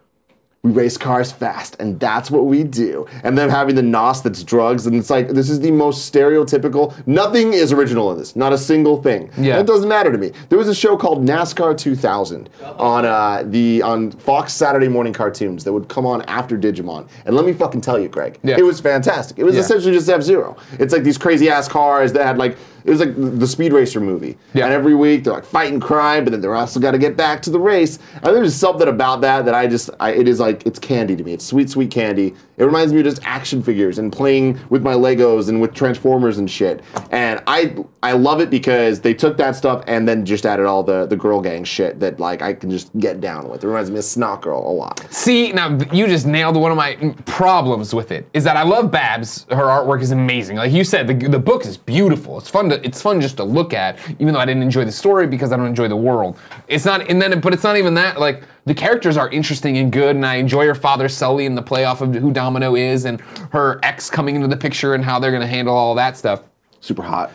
B: we race cars fast, and that's what we do. And then having the nos that's drugs, and it's like this is the most stereotypical. Nothing is original in this. Not a single thing.
J: Yeah.
B: And it doesn't matter to me. There was a show called NASCAR 2000 on uh, the on Fox Saturday morning cartoons that would come on after Digimon. And let me fucking tell you, Greg,
J: Yeah.
B: it was fantastic. It was
J: Yeah.
B: essentially just F Zero. It's like these crazy ass cars that had like. It was like the Speed Racer movie. And every week they're like fighting crime, but then they're also got to get back to the race. And there's just something about that that I just, I, it is like, it's candy to me. It's sweet, sweet candy. It reminds me of just action figures and playing with my Legos and with Transformers and shit. And I, I love it because they took that stuff and then just added all the, the girl gang shit that like I can just get down with. It reminds me of Snot Girl a lot.
J: See, now th- you just nailed one of my mm, problems with it. Is that I love Babs. Her artwork is amazing. Like you said, the, the book is beautiful. It's fun to it's fun just to look at, even though I didn't enjoy the story because I don't enjoy the world. It's not and then but it's not even that like the characters are interesting and good and I enjoy her father Sully and the playoff of who Domino is and her ex coming into the picture and how they're gonna handle all that stuff.
B: Super hot.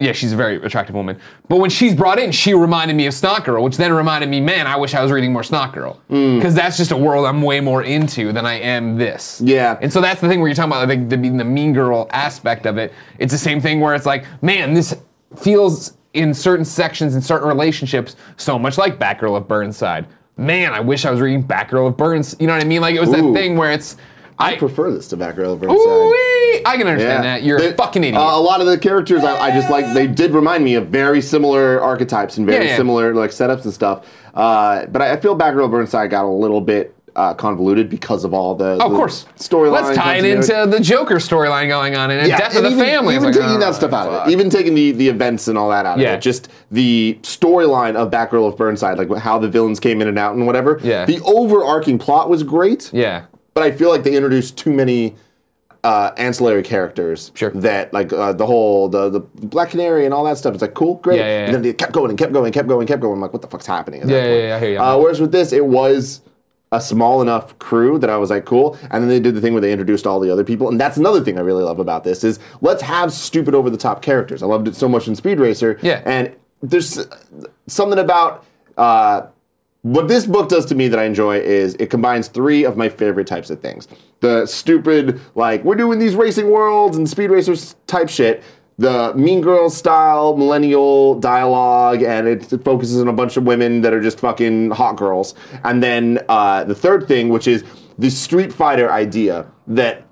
J: Yeah, she's a very attractive woman. But when she's brought in, she reminded me of Snot Girl, which then reminded me, man, I wish I was reading more Snot Girl.
B: Mm.
J: Because that's just a world I'm way more into than I am this.
B: Yeah.
J: And so that's the thing where you're talking about like, the, the, the mean girl aspect of it. It's the same thing where it's like, man, this feels in certain sections in certain relationships so much like Batgirl of Burnside. Man, I wish I was reading Batgirl of Burns. You know what I mean? Like it was
B: Ooh.
J: that thing where it's,
B: I, prefer this to Batgirl of Burnside.
J: ooh, I can understand that. You're
B: They-
J: a fucking idiot.
B: Uh, a lot of the characters I, I just like, they did remind me of very similar archetypes and very
J: Yeah, yeah.
B: similar like setups and stuff. Uh, but I, I feel Batgirl Burnside got a little bit uh, convoluted because of all the,
J: Oh,
B: the
J: of course.
B: storyline.
J: Let's tie it
B: continuity.
J: into the Joker storyline going on and the death of
B: and
J: the
B: even,
J: family. It's
B: Even
J: like,
B: taking
J: oh,
B: that stuff out
J: fuck.
B: of it, even taking the, the events and all that out
J: Yeah.
B: of it, just the storyline of Batgirl of Burnside, like how the villains came in and out and whatever.
J: Yeah.
B: The overarching plot was great.
J: Yeah.
B: but I feel like they introduced too many uh, ancillary characters. Sure. That like uh, the whole the the Black Canary and all that stuff. It's like cool, great.
J: Yeah, yeah, yeah.
B: And then they kept going and kept going and kept going and kept going. I'm like, what the fuck's happening? at that
J: Yeah, yeah,
B: point?
J: yeah, I hear you.
B: Uh, whereas with this, it was a small enough crew that I was like, cool. And then they did the thing where they introduced all the other people. And that's another thing I really love about this is let's have stupid over the top characters. I loved it so much in Speed Racer.
J: Yeah.
B: And there's uh, something about uh, what this book does to me that I enjoy is it combines three of my favorite types of things. The stupid, like, we're doing these racing worlds and speed racers type shit. The mean girl style, millennial dialogue, and it, it focuses on a bunch of women that are just fucking hot girls. And then uh, the third thing, which is the Street Fighter idea that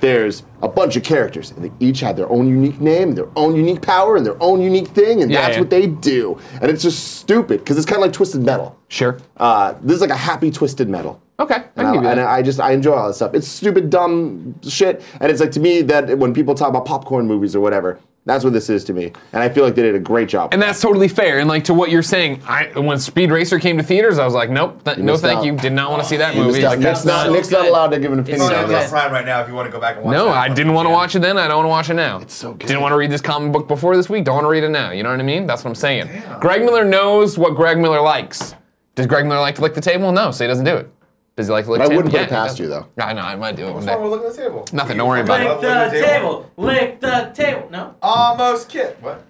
B: there's a bunch of characters, and they each have their own unique name, their own unique power, and their own unique thing, and
J: Yeah,
B: that's
J: yeah.
B: what they do. And it's just stupid because it's kind of like twisted metal.
J: Sure.
B: Uh, this is like a happy twisted metal.
J: Okay, I
B: And
J: can give you
B: and
J: that.
B: I just I enjoy all this stuff. It's stupid, dumb shit, and it's like to me that when people talk about popcorn movies or whatever, that's what this is to me. And I feel like they did a great job.
J: And that's totally fair. And like to what you're saying, I when Speed Racer came to theaters, I was like, nope, th- no,
B: missed
J: thank
B: out.
J: you. Did not want to see that
B: You missed
J: movie.
B: out.
J: Like,
B: Nick's,
J: that's
B: not, Nick's not allowed to give an
A: It's
B: opinion
A: on
B: on
A: Amazon
B: this.
A: Prime right now if you want to go back and watch
J: No,
A: that.
J: I didn't want to watch it then. I don't want to watch it now. It's
B: so good.
J: Didn't want to read this comic book before this week. Don't want to read it now. You know what I mean? That's what I'm saying. Greg Miller knows what Greg Miller likes. Does Greg Miller like to lick the table? No, so he doesn't do it. Does he like to lick
B: But I
J: the table?
B: wouldn't put
J: Yeah,
B: it
J: he
B: past
J: does.
B: you, though.
J: I know. I might do it one
A: What's
J: day.
A: wrong with looking at the table?
J: Nothing, don't worry about it.
D: Lick the table. Lick the table. No.
A: Almost kid. What?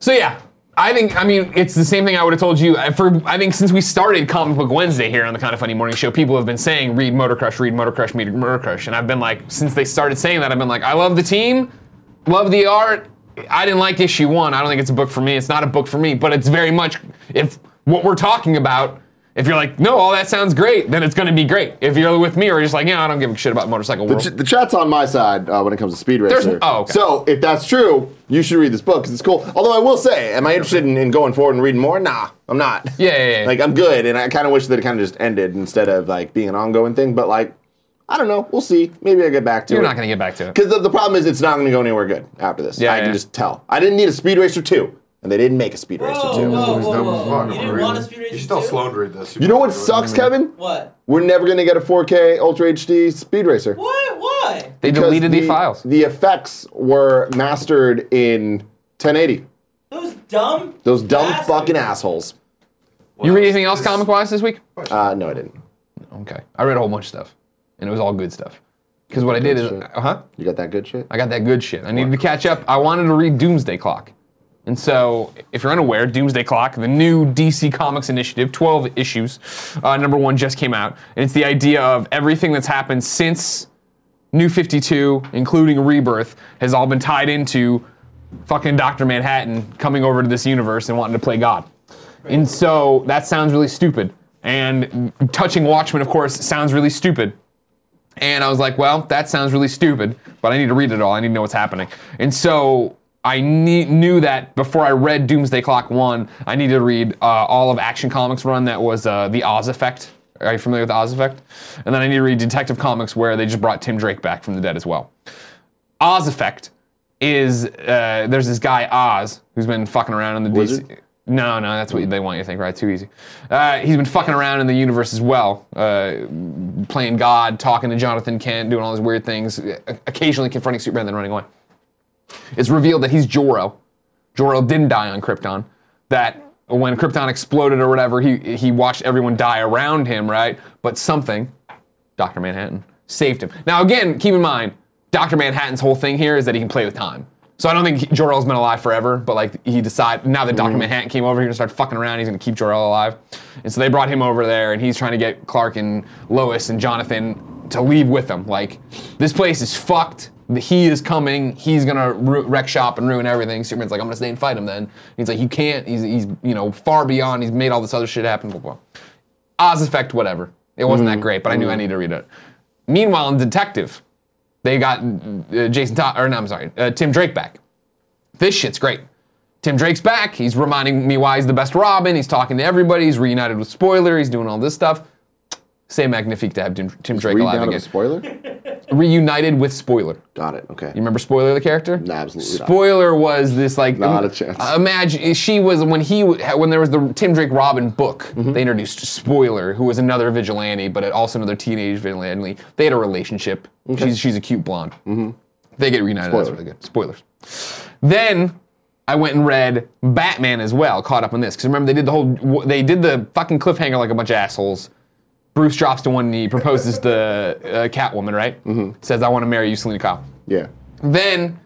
J: So yeah, I think I mean it's the same thing I would have told you. I- For I think since we started Comic Book Wednesday here on the Kind of Funny Morning Show, people have been saying read Motor Crush, read Motor Crush, read Motor Crush, and I've been like since they started saying that, I've been like I love the team, love the art. I didn't like issue one. I don't think it's a book for me. It's not a book for me, but it's very much if what we're talking about. If you're like, no, all that sounds great, then it's going to be great. If you're with me, or just like, yeah, I don't give a shit about motorcycle
B: The,
J: world.
B: ch- the chat's on my side uh, when it comes to Speed Racer.
J: There's- oh, okay.
B: So if that's true, you should read this book because it's cool. Although I will say, am I interested in, in going forward and reading more? Nah, I'm not.
J: Yeah, yeah, yeah.
B: like I'm good, and I kind of wish that it kind of just ended instead of like being an ongoing thing. But like, I don't know. We'll see. Maybe I get back to
J: you're
B: it.
J: not going to get back to it.
B: Because the, the problem is, it's not going to go anywhere good after this.
J: Yeah,
B: I can
J: yeah.
B: just tell. I didn't need a Speed Racer two, and they didn't make a Speed Racer
J: Oh.
B: two.
D: whoa, whoa, whoa.
I: Fuck,
D: You
I: I'm
D: didn't
I: reading
D: want
I: it.
D: to speed
I: You're
D: racer
I: still
D: too?
I: slow to read this.
B: You know what sucks, Kevin?
D: What?
B: We're never going to get a 4K Ultra HD Speed Racer.
D: What? Why?
J: They
B: Because
J: deleted the, files.
B: The effects were mastered in 1080.
D: Those dumb.
B: Those dumb fucking assholes.
J: you read anything else comic wise this week?
B: Uh, no, I didn't.
J: Okay, I read a whole bunch of stuff, and it was all good stuff. Because what I did is, uh huh.
B: You got that good shit.
J: I got that good shit. I needed to catch up. I wanted to read Doomsday Clock, and so if you're unaware, Doomsday Clock, the new DC Comics initiative, 12 issues, uh, number one just came out, and it's the idea of everything that's happened since New 52, including Rebirth, has all been tied into fucking Dr. Manhattan coming over to this universe and wanting to play God. And so that sounds really stupid. And touching Watchmen, of course, sounds really stupid. And I was like, well, that sounds really stupid, but I need to read it all. I need to know what's happening. And so I ne- knew that before I read Doomsday Clock 1, I needed to read uh, all of Action Comics run that was uh, The Oz Effect. Are you familiar with The Oz Effect? And then I need to read Detective Comics where they just brought Tim Drake back from the dead as well. Oz Effect is uh, there's this guy Oz who's been fucking around in the DC. No, no, that's what they want you to think, right? Too easy. Uh, he's been fucking around in the universe as well, uh, playing God, talking to Jonathan Kent, doing all these weird things, uh, occasionally confronting Superman, then running away. It's revealed that he's Jor-El. Jor-El didn't die on Krypton. That when Krypton exploded or whatever, he he watched everyone die around him, right? But something, Doctor Manhattan, saved him. Now again, keep in mind, Doctor Manhattan's whole thing here is that he can play with time. So I don't think Jor-El's been alive forever, but like he decided now that Doctor
B: Mhm.
J: Manhattan came over here and started fucking around, he's gonna keep Jor-El alive. And so they brought him over there, and he's trying to get Clark and Lois and Jonathan to leave with him. Like this place is fucked. He is coming. He's gonna ru- wreck shop and ruin everything. Superman's like, I'm gonna stay and fight him. Then And he's like, you can't. He's, he's you know far beyond. He's made all this other shit happen. Blah blah. Oz Effect, whatever. It wasn't
B: Mm-hmm.
J: that great, but I knew I needed to read it. Meanwhile, in Detective, they got uh, Jason Todd, or no, I'm sorry, uh, Tim Drake back. This shit's great. Tim Drake's back. He's reminding me why he's the best Robin. He's talking to everybody. He's reunited with Spoiler. He's doing all this stuff. Say magnifique to have Tim, Tim Drake alive
B: Reunited
J: again.
B: with Spoiler?
J: Reunited with Spoiler.
B: Got it. Okay.
J: You remember Spoiler the character?
B: No, absolutely not.
J: Spoiler was this like
B: Not a chance.
J: Uh, Imagine she was when he w- when there was the Tim Drake Robin book.
B: Mm-hmm.
J: They introduced Spoiler, who was another vigilante, but also another teenage vigilante. They had a relationship. She's she's a cute blonde. They get reunited.
B: Mm-hmm.
J: That's
B: Spoiler.
J: really good. Spoilers. Then I went and read Batman as well. Caught up on this because remember they did the whole they did the fucking cliffhanger like a bunch of assholes. Bruce drops to one knee, proposes to uh, Catwoman, right? Mm-hmm. Says, "I want to marry you, Selena Kyle."
B: Yeah.
J: Then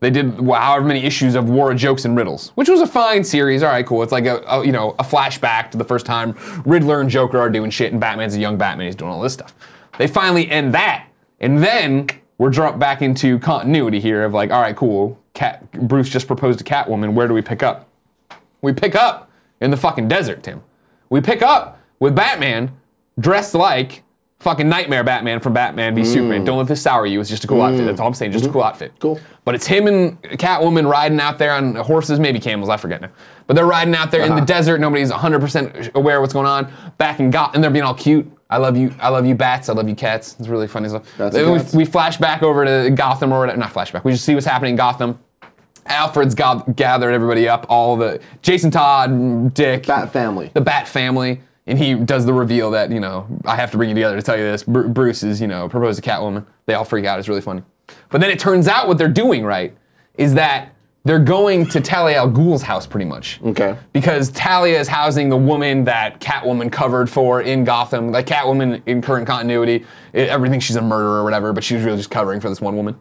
J: they did wh- however many issues of War of Jokes and Riddles, which was a fine series. All right, cool. It's like a, a you know a flashback to the first time Riddler and Joker are doing shit, and Batman's a young Batman. He's doing all this stuff. They finally end that, and then we're dropped back into continuity here of like, all right, cool. Cat Bruce just proposed to Catwoman. Where do we pick up? We pick up in the fucking desert, Tim. We pick up with Batman dressed like fucking Nightmare Batman from Batman v
B: Mm.
J: Superman. Don't let this sour you. It's just a cool outfit. That's all I'm saying. Just
B: Mm-hmm.
J: a cool outfit. Cool. But it's him and Catwoman riding out there on horses, maybe camels. I forget now. But they're riding out there in
B: Uh-huh.
J: the desert. Nobody's 100% aware of what's going on. Back in Gotham, and they're being all cute. I love you. I love you, bats. I love you, cats. It's really funny stuff.
B: Bats
J: Then
B: and
J: we,
B: cats.
J: we flash back over to Gotham or whatever. Not flashback. We just see what's happening in Gotham. Alfred's go- gathered everybody up. All the Jason Todd, Dick,
B: Bat family.
J: the Bat family, and he does the reveal that you know I have to bring you together to tell you this. Bru- Bruce is you know proposed to Catwoman. They all freak out. It's really funny. But then it turns out what they're doing right is that they're going to Talia al Ghul's house pretty much
B: Okay.
J: because Talia is housing the woman that Catwoman covered for in Gotham. Like Catwoman in current continuity, it, everything she's a murderer or whatever, but she was really just covering for this one woman.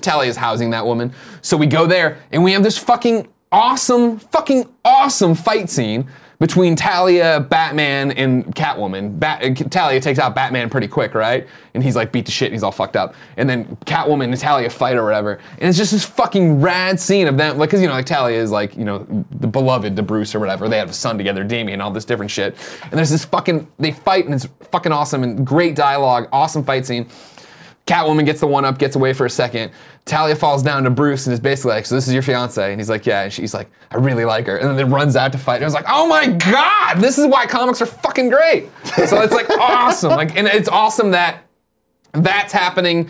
J: Talia is housing that woman. So we go there and we have this fucking awesome, fucking awesome fight scene between Talia, Batman, and Catwoman. Bat- uh, Talia takes out Batman pretty quick, right? And he's like beat to shit, he's all fucked up. And then Catwoman and Talia fight or whatever. And it's just this fucking rad scene of them, like, cause you know, like Talia is like, you know, the beloved to Bruce or whatever. They have a son together, Damien, all this different shit. And there's this fucking, they fight and it's fucking awesome and great dialogue, awesome fight scene. Catwoman gets the one up, gets away for a second. Talia falls down to Bruce and is basically like, "So this is your fiance?" And he's like, "Yeah." And she's like, "I really like her." And then it runs out to fight. And I was like, "Oh my god, this is why comics are fucking great." So it's like awesome. Like, and it's awesome that that's happening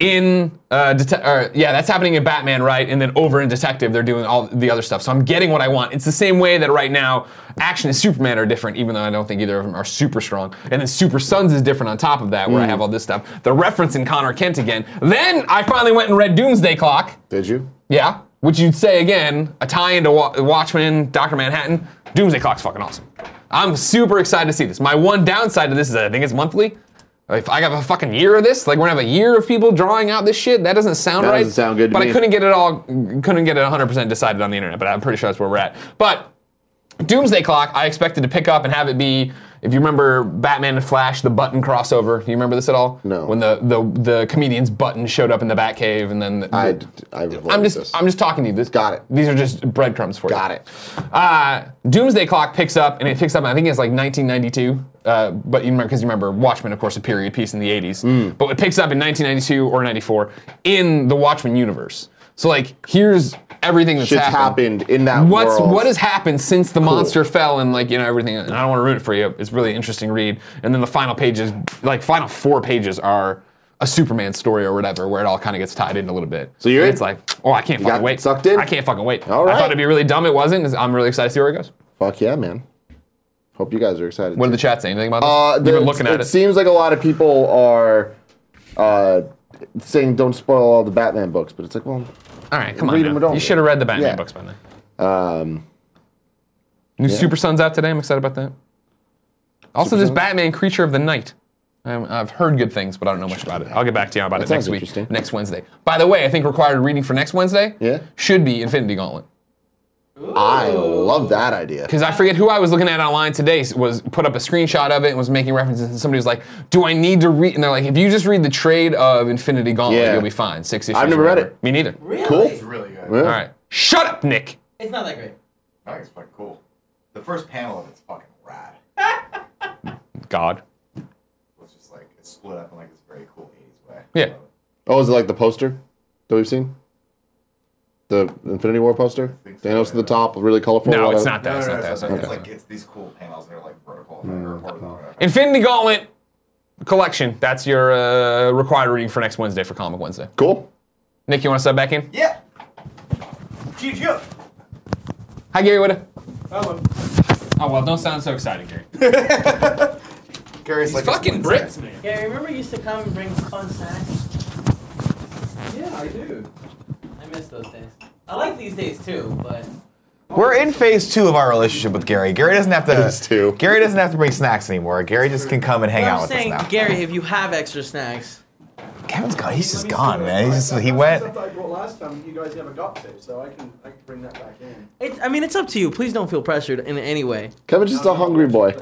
J: in uh, det- or, yeah, that's happening in Batman, right? And then over in Detective, they're doing all the other stuff. So I'm getting what I want. It's the same way that right now, Action and Superman are different, even though I don't think either of them are super strong. And then Super Sons is different on top of that, where I have all this stuff. The reference in Connor Kent again. Then I finally went and read Doomsday Clock.
B: Did you?
J: Yeah. which you'd say again, a tie into Wa- Watchmen, Doctor Manhattan, Doomsday Clock's fucking awesome. I'm super excited to see this. My one downside to this is that I think it's monthly. If I have a fucking year of this, like we're gonna have a year of people drawing out this shit, that doesn't sound
B: That
J: right.
B: doesn't sound good to
J: But
B: me.
J: I couldn't get it all, couldn't get it 100% decided on the internet. But I'm pretty sure that's where we're at. But Doomsday Clock, I expected to pick up and have it be, if you remember Batman and Flash, the button crossover. Do you remember this at all? No. When the the, the comedian's button showed up in the Batcave, and then the,
B: I, I revolt
J: am just
B: this.
J: I'm just talking to you. This got it. These are just breadcrumbs for you. Got it. Uh, Doomsday Clock picks up, and it picks up. I think it's like 1992. Uh, but you remember because you remember Watchmen, of course, a period piece in the 80s.
B: Mm.
J: But it picks up in 1992 or 94 in the Watchmen universe. So like, here's everything that's
B: Shit's
J: happened.
B: happened in that
J: What's
B: world.
J: what has happened since the monster fell and like you know everything? And I don't want to ruin it for you. It's really interesting read. And then the final pages, like final four pages, are a Superman story or whatever, where it all kind of gets tied in a little bit. So you're it's like, oh, I can't fucking wait. Sucked in. I can't fucking wait. All
B: right.
J: I thought it'd be really dumb. It wasn't. I'm really excited to see where it goes.
B: Fuck yeah, man. Hope you guys are excited.
J: What did the chat say? Anything about this?
B: Uh,
J: You've
B: the-
J: been looking
B: it,
J: at it.
B: seems like a lot of people are uh, saying don't spoil all the Batman books, but it's like, well,
J: all right, come
B: read
J: on.
B: them
J: now.
B: or don't
J: You
B: read
J: should have read the Batman
B: Yeah.
J: books by now.
B: Um,
J: New
B: Yeah.
J: Super Sun's out today. I'm excited about that. Also,
B: Super
J: this
B: Sun's?
J: Batman Creature of the Night. Um, I've heard good things, but I don't know much about it. I'll get back to you about
B: That
J: it next
B: sounds
J: week,
B: interesting.
J: next Wednesday. By the way, I think required reading for next Wednesday
B: Yeah.
J: should be Infinity Gauntlet.
B: I love that idea.
J: Because I forget who I was looking at online today s- was put up a screenshot of it and was making references, and somebody was like, "Do I need to read?" And they're like, "If you just read the trade of Infinity Gauntlet,
B: Yeah.
J: you'll be fine. Six issues."
B: I've never
J: or
B: read
J: whatever."
B: it.
J: Me neither.
B: Cool. Yeah.
J: All right. Shut up, Nick.
D: It's not that great.
A: I think it's fucking cool. The first panel of it's fucking rad.
J: God.
A: It's just like it's split up in like this very cool 80s way.
J: Yeah.
B: Oh, is it like the poster that we've seen? The Infinity War poster? Thanos at the top, really colorful. a
J: No,
B: lot
J: it's
B: of-
J: not that. it's not that. it's
A: So
J: not
A: it's
J: that.
A: like it's these cool panels that are like vertical
J: Mm-hmm.
A: or horizontal.
J: Infinity Gauntlet collection. That's your uh, required reading for next Wednesday for Comic Wednesday.
B: Cool.
J: Nick, you want to sub back in?
A: Yeah. GG.
J: Hi, Gary Witta.
A: Hello.
J: Oh well, don't sound so excited, Gary.
A: Gary's like
J: fucking bricks me.
D: Yeah, remember you used to come and bring fun snacks?
A: Yeah, I do.
D: I miss those days. I like these days too, but
A: We're in phase two of our relationship with Gary. Gary doesn't have to. Gary doesn't have to bring snacks anymore. Gary just can come and hang
D: But
A: out
D: I'm
A: with us
D: saying,
A: now.
D: Gary, if you have extra snacks,
A: Kevin's gone. He's just gone, man. He's just, he went.
L: Stuff that I brought last time, you guys never got to, so I can I can bring that back in.
D: it's, I mean, it's up to you. Please don't feel pressured in any way.
B: Kevin's just a hungry boy.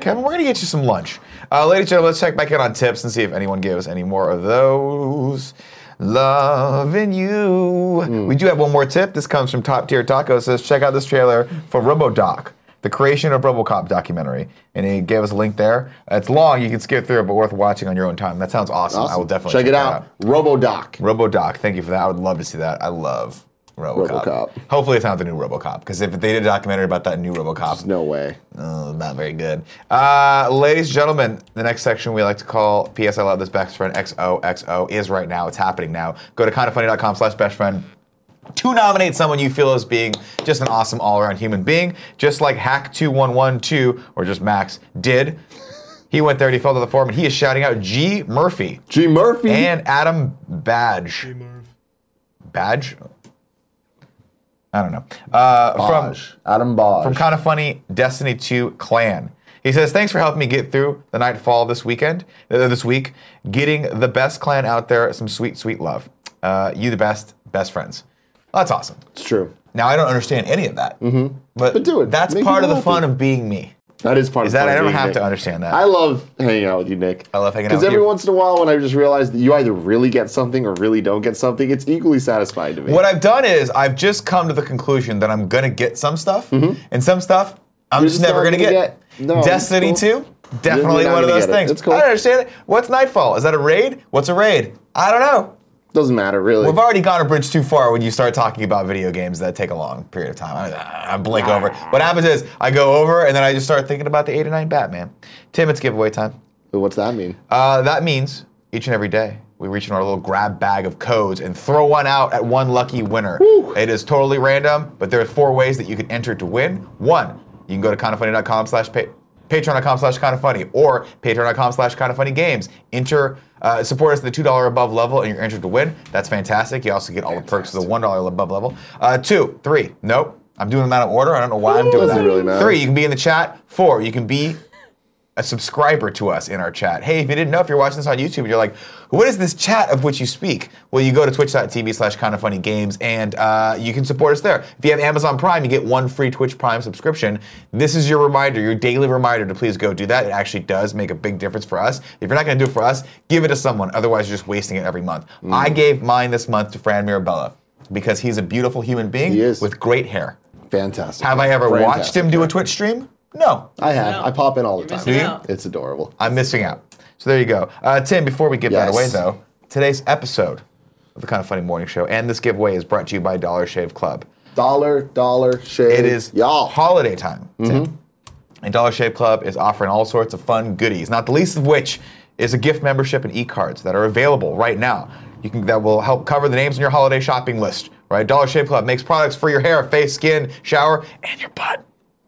A: Kevin, we're gonna get you some lunch. Uh, ladies and gentlemen, let's check back in on tips and see if anyone gives any more of those. Loving you.
B: Hmm.
A: We do have one more tip. This comes from Top Tier Taco. It Says check out this trailer for RoboDoc, the creation of RoboCop documentary, and he gave us a link there. It's long. You can skip through it, but worth watching on your own time. That sounds awesome. I will
B: Awesome.
A: definitely
B: Check it
A: that
B: out. RoboDoc.
A: RoboDoc. Thank you for that. I would love to see that. I love RoboCop.
B: RoboCop.
A: Hopefully, it's not the new RoboCop because if they did a documentary about that new RoboCop,
B: There's no way.
A: Oh, not very good. Uh, ladies and gentlemen, the next section we like to call PS I Love This Best Friend XOXO is right now. It's happening now. Go to kindoffunny.com slash best friend to nominate someone you feel as being just an awesome all-around human being, just like Hack2112 or just Max did. He went there and he filled out the form and he is shouting out G. Murphy.
B: G. Murphy.
A: And Adam Badge. G. Murph. Badge? I don't know. Uh, from
B: Adam Bosch.
A: from Kind of Funny Destiny 2 Clan. He says, "Thanks for helping me get through the nightfall this weekend, uh, this week. Getting the best clan out there. Some sweet, sweet love. Uh, you the best, best friends. That's awesome.
B: It's true.
A: Now I don't understand any of that, mm-hmm. but,
B: But do it.
A: That's
B: Make
A: part of
B: people
A: the fun
B: happy.
A: of being me.
B: That is part
A: Is
B: of
A: that
B: fun
A: I don't
B: being
A: have
B: Nick.
A: to understand that.
B: I love hanging out with you, Nick. I
A: love hanging out
B: Because
A: with
B: every
A: you.
B: once in a while, when I just realize that you either really get something or really don't get something, it's equally satisfying to me.
A: What I've done is I've just come to the conclusion that I'm gonna get some stuff, and some stuff I'm
B: Mm-hmm. You're
A: just,
B: just
A: never
B: not
A: gonna,
B: gonna
A: get.
B: get- no, it's
A: Destiny
B: cool.
A: 2, definitely
B: You're not
A: one of
B: gonna
A: those
B: get it.
A: things.
B: It's cool.
A: I don't understand it. What's Nightfall? Is that a raid? What's a raid? I don't know.
B: Doesn't matter, really.
A: We've already gone a bridge too far when you start talking about video games that take a long period of time. I, I blink over. What happens is I go over and then I just start thinking about the 8 and 9 Batman. Tim, it's giveaway time.
B: What's that mean?
A: Uh, that means each and every day we reach in our little grab bag of codes and throw one out at one lucky winner. It is totally random, but there are four ways that you can enter to win. One, you can go to kindoffunny.com slash pay. Patreon.com slash kind of funny or patreon.com slash kind of funny games. Enter, uh, support us at the $2 above level and you're entered to win. That's fantastic. You also get all the perks of the $1 above level. Uh, two, three, nope. I'm doing them out of order. I don't know why I'm doing that.
B: Doesn't really matter.
A: Three, you can be in the chat. Four, you can be a subscriber to us in our chat. Hey, if you didn't know, if you're watching this on YouTube, and you're like, what is this chat of which you speak? Well, you go to twitch.tv slash kind of funny games and uh, you can support us there. If you have Amazon Prime, you get one free Twitch Prime subscription. This is your reminder, your daily reminder to please go do that. It actually does make a big difference for us. If you're not going to do it for us, give it to someone. Otherwise, you're just wasting it every month. I gave mine this month to Fran Mirabella because he's a beautiful human being with great hair.
B: Fantastic.
A: Have I ever watched
B: Fantastic.
A: him do a Twitch stream? No.
B: I have. I pop in all the
A: missing Do you?
B: time.
A: out.
B: It's adorable.
A: I'm missing out. So there you go. Uh, Tim, before we give that away,
B: Yes.
A: though, today's episode of the Kind of Funny Morning Show and this giveaway is brought to you by Dollar Shave Club.
B: Dollar, dollar, shave.
A: It is y'all holiday time, Tim.
B: Mhm.
A: And Dollar Shave Club is offering all sorts of fun goodies, not the least of which is a gift membership and e-cards that are available right now. You can that will help cover the names on your holiday shopping list. Right, Dollar Shave Club makes products for your hair, face, skin, shower, and your butt.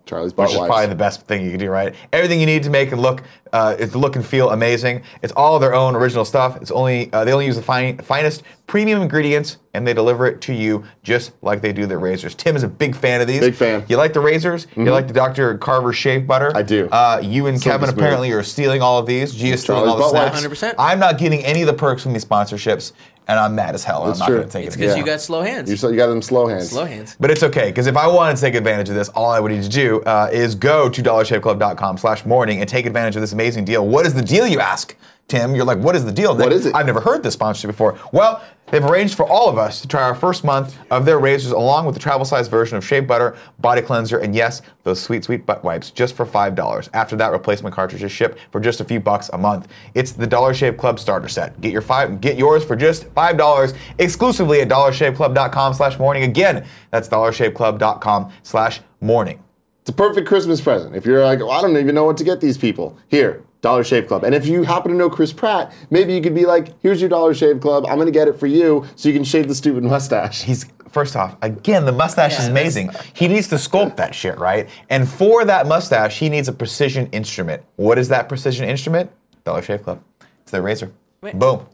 B: Charlie's
A: Which
B: butt
A: is
B: wipes.
A: probably the best thing you can do, right? Everything you need to make it look, uh, it look and feel amazing. It's all their own original stuff. It's only uh, they only use the fine, finest premium ingredients, and they deliver it to you just like they do their razors. Tim is a big fan of these. Big fan. You like the razors? You
B: Mhm.
A: like the Dr. Carver shave butter? I do. Uh, you and
B: So
A: Kevin
B: smooth.
A: apparently are stealing all of these. G is stealing
B: Charlie's
A: all the
B: butt wipes.
A: snacks. 100%. I'm not getting any of the perks from these sponsorships, and I'm mad as hell. and
B: That's
A: I'm not
B: true.
A: going to take
B: It's
A: it.
B: 'cause
A: again.
B: you got
D: slow hands.
B: You, so you got them slow hands.
D: Slow hands.
A: But it's okay, because if I wanted to take advantage of this, all I would need to do uh, is go to dollarshaveclub.com slash morning and take advantage of this amazing deal. What is the deal, you ask, Tim? You're like, what is the deal? What is it? I've never heard this sponsorship before. Well, they've arranged for all of us to try our first month of their razors along with the travel size version of shave butter, body cleanser, and yes, those sweet, sweet butt wipes just for $5. After that, replacement cartridges ship for just a few bucks a month. It's the Dollar Shave Club starter set. Get your five, get yours for just $5 exclusively at dollarshaveclub.com slash morning. Again, that's dollarshaveclub.com slash morning.
B: It's a perfect Christmas present. If you're like, "Oh, I don't even know what to get these people, here, Dollar Shave Club. And if you happen to know Chris Pratt, maybe you could be like, here's your Dollar Shave Club. I'm going to get it for you so you can shave the stupid mustache.
A: He's, first off, again, the mustache is amazing. He needs to sculpt that shit, right? And for that mustache, he needs a precision instrument. What is that precision instrument? Dollar Shave Club. It's their razor.
D: Wait.
A: Boom.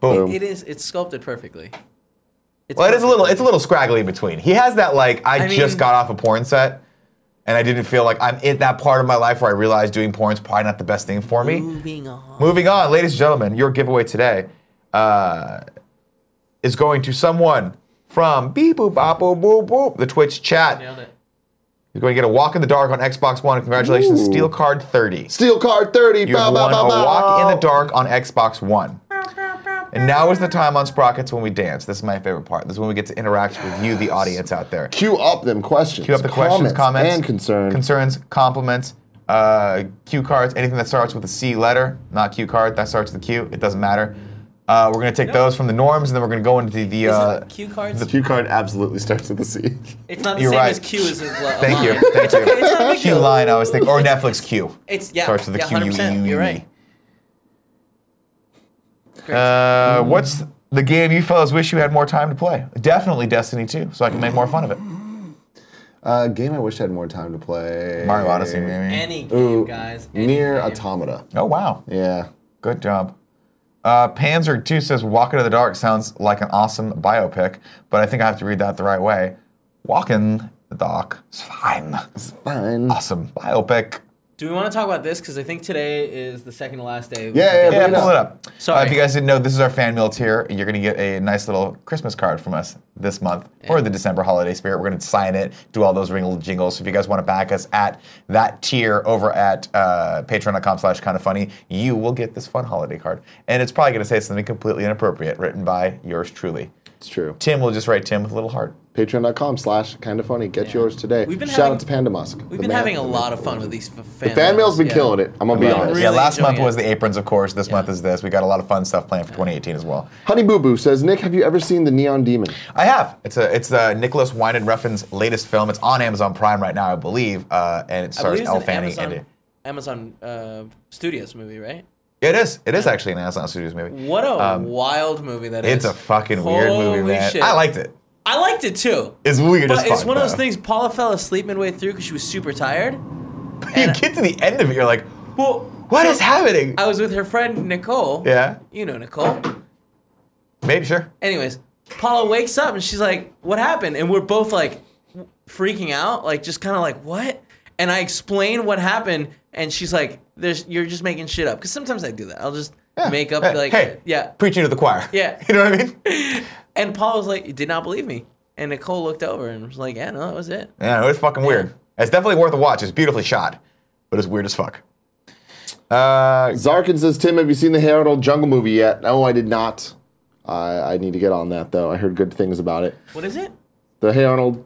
A: Boom.
D: It is. It's sculpted perfectly.
A: well, it is a little. It's a little scraggly in between. He has that like I,
D: I
A: just
D: mean-
A: got off a porn set, and I didn't feel like I'm at that part of my life where I realized doing porn's probably not the best thing for me.
D: Moving on.
A: Moving on, ladies and gentlemen, your giveaway today uh, is going to someone from beep boop bop boop boop boop the Twitch chat. Nailed
D: it.
A: You're going to get a walk in the dark on Xbox One. Congratulations, Steel Card 30.
B: Steel Card 30.
A: You
B: bow,
A: have
B: bow,
A: won
B: bow,
A: a
B: bow.
A: walk
B: Oh.
A: in the dark on Xbox One. And now is the time on Sprockets when we dance. This is my favorite part. This is when we get to interact with you, the audience out there.
B: Cue up them questions.
A: Cue up the questions, comments,
B: and concerns.
A: concerns, compliments, uh, cue cards, anything that starts with a C letter, not cue card, that starts with a Q. It doesn't matter. Uh, we're gonna take those from the norms, and then we're gonna go into the, the uh,
D: Cue cards.
B: The cue card absolutely starts with a C.
D: it's not the
A: you're
D: same
A: right.
D: as Q as a, a
A: Thank you,
D: line.
A: thank you.
D: It's not a big
A: Q
D: deal.
A: line, I was thinking, or Netflix Q.
D: It's yeah.
A: Starts with a
D: yeah,
A: Q. E,
D: 100%, You're right.
A: Uh, what's the game you fellas wish you had more time to play? Definitely Destiny 2, so I can make more fun of it.
B: Uh, game I wish I had more time to play.
A: Mario Odyssey, maybe.
D: Any game, guys.
B: Near Automata.
A: Oh wow.
B: Yeah.
A: Good job. Uh, Panzer 2 says Walk into the Dark sounds like an awesome biopic, but I think I have to read that the right way. Walk in the dark is fine. It's
B: fine.
A: Awesome biopic.
D: Do we want to talk about this? Because I think today is the second to last day.
A: pull it up.
D: Sorry.
A: Uh, if you guys didn't know, this is our fan mail tier. You're going to get a nice little Christmas card from us this month for the December holiday spirit. We're going to sign it, do all those ring jingles. So if you guys want to back us at that tier over at uh, patreon.com slash kind of funny, you will get this fun holiday card. And it's probably going to say something completely inappropriate written by yours truly.
B: It's true.
A: Tim will just write Tim with a little heart.
B: Patreon.com slash kind of funny. Get yours today.
D: been
B: Shout out to
D: having-
B: Panda Musk.
D: We've been having a lot of fun with these f-
B: The
D: fan.
B: fan mail's been
D: yeah.
B: killing it. I'm gonna be honest.
A: yeah, last month was the aprons, of course. This month is this. We got a lot of fun stuff planned for 2018 as well.
B: Honey Boo Boo says, Nick, have you ever seen the Neon Demon?
A: I have. It's a it's uh, Nicholas Winan Refn's latest film. It's on Amazon Prime right now, I believe, uh, and it
D: I
A: stars
D: believe it's
A: Elle
D: an
A: Fanning.
D: Amazon,
A: And it,
D: Amazon uh, Studios movie, right?
A: it is. It is actually an Amazon Studios movie.
D: What a
A: Um,
D: wild movie that is.
A: It's a fucking weird movie,
D: Holy
A: man.
D: shit.
A: I liked it.
D: I liked it too.
A: It's weird
D: But
A: as
D: it's
A: fuck,
D: one of those
A: though.
D: things. Paula fell asleep midway through because she was super tired,
A: you get to the end of it, you're like, well, what is happening?
D: I was with her friend Nicole.
A: Yeah.
D: You know Nicole.
A: Maybe sure.
D: Anyways, Paula wakes up and she's like, "What happened?" And we're both like freaking out, like just kind of like, "What?" And I explain what happened, and she's like, "There's you're just making shit up." Because sometimes I do that. I'll just make up
A: Hey,
D: like,
A: hey.
D: "Yeah,
A: Preaching to the choir.
D: yeah."
A: You know what I mean?
D: And Paula was like, "You did not believe me." And Nicole looked over and was like, "Yeah, no, that was it."
A: Yeah, it was fucking weird. It's definitely worth a watch. It's beautifully shot, but it's weird as fuck. Uh,
B: Zarkin says, Tim, have you seen the Harold Jungle movie yet? No, I did not. I, I need to get on that, though. I heard good things about it.
D: What is it?
B: The Hey Arnold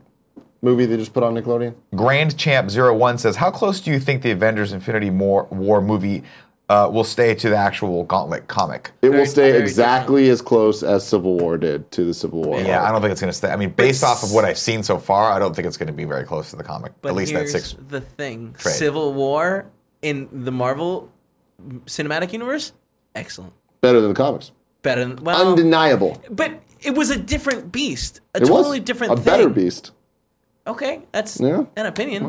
B: movie they just put on Nickelodeon?
A: Grand Champ 01 says, How close do you think the Avengers Infinity War, War movie uh, will stay to the actual Gauntlet comic?
B: It will stay exactly as close as Civil War did to the Civil War.
A: Yeah, I don't think it's going to stay. I mean, based off of what I've seen so far, I don't think it's going to be very close to the comic.
D: But
A: At least that
D: here's
A: six.
D: the thing:
A: trade.
D: Civil War in the Marvel cinematic universe, excellent,
B: Better than the comics.
D: better than well,
B: Undeniable.
D: but it was a different beast, a
B: it
D: totally
B: was
D: different
B: a
D: thing.
B: better beast.
D: Okay, that's
B: Yeah.
D: an opinion.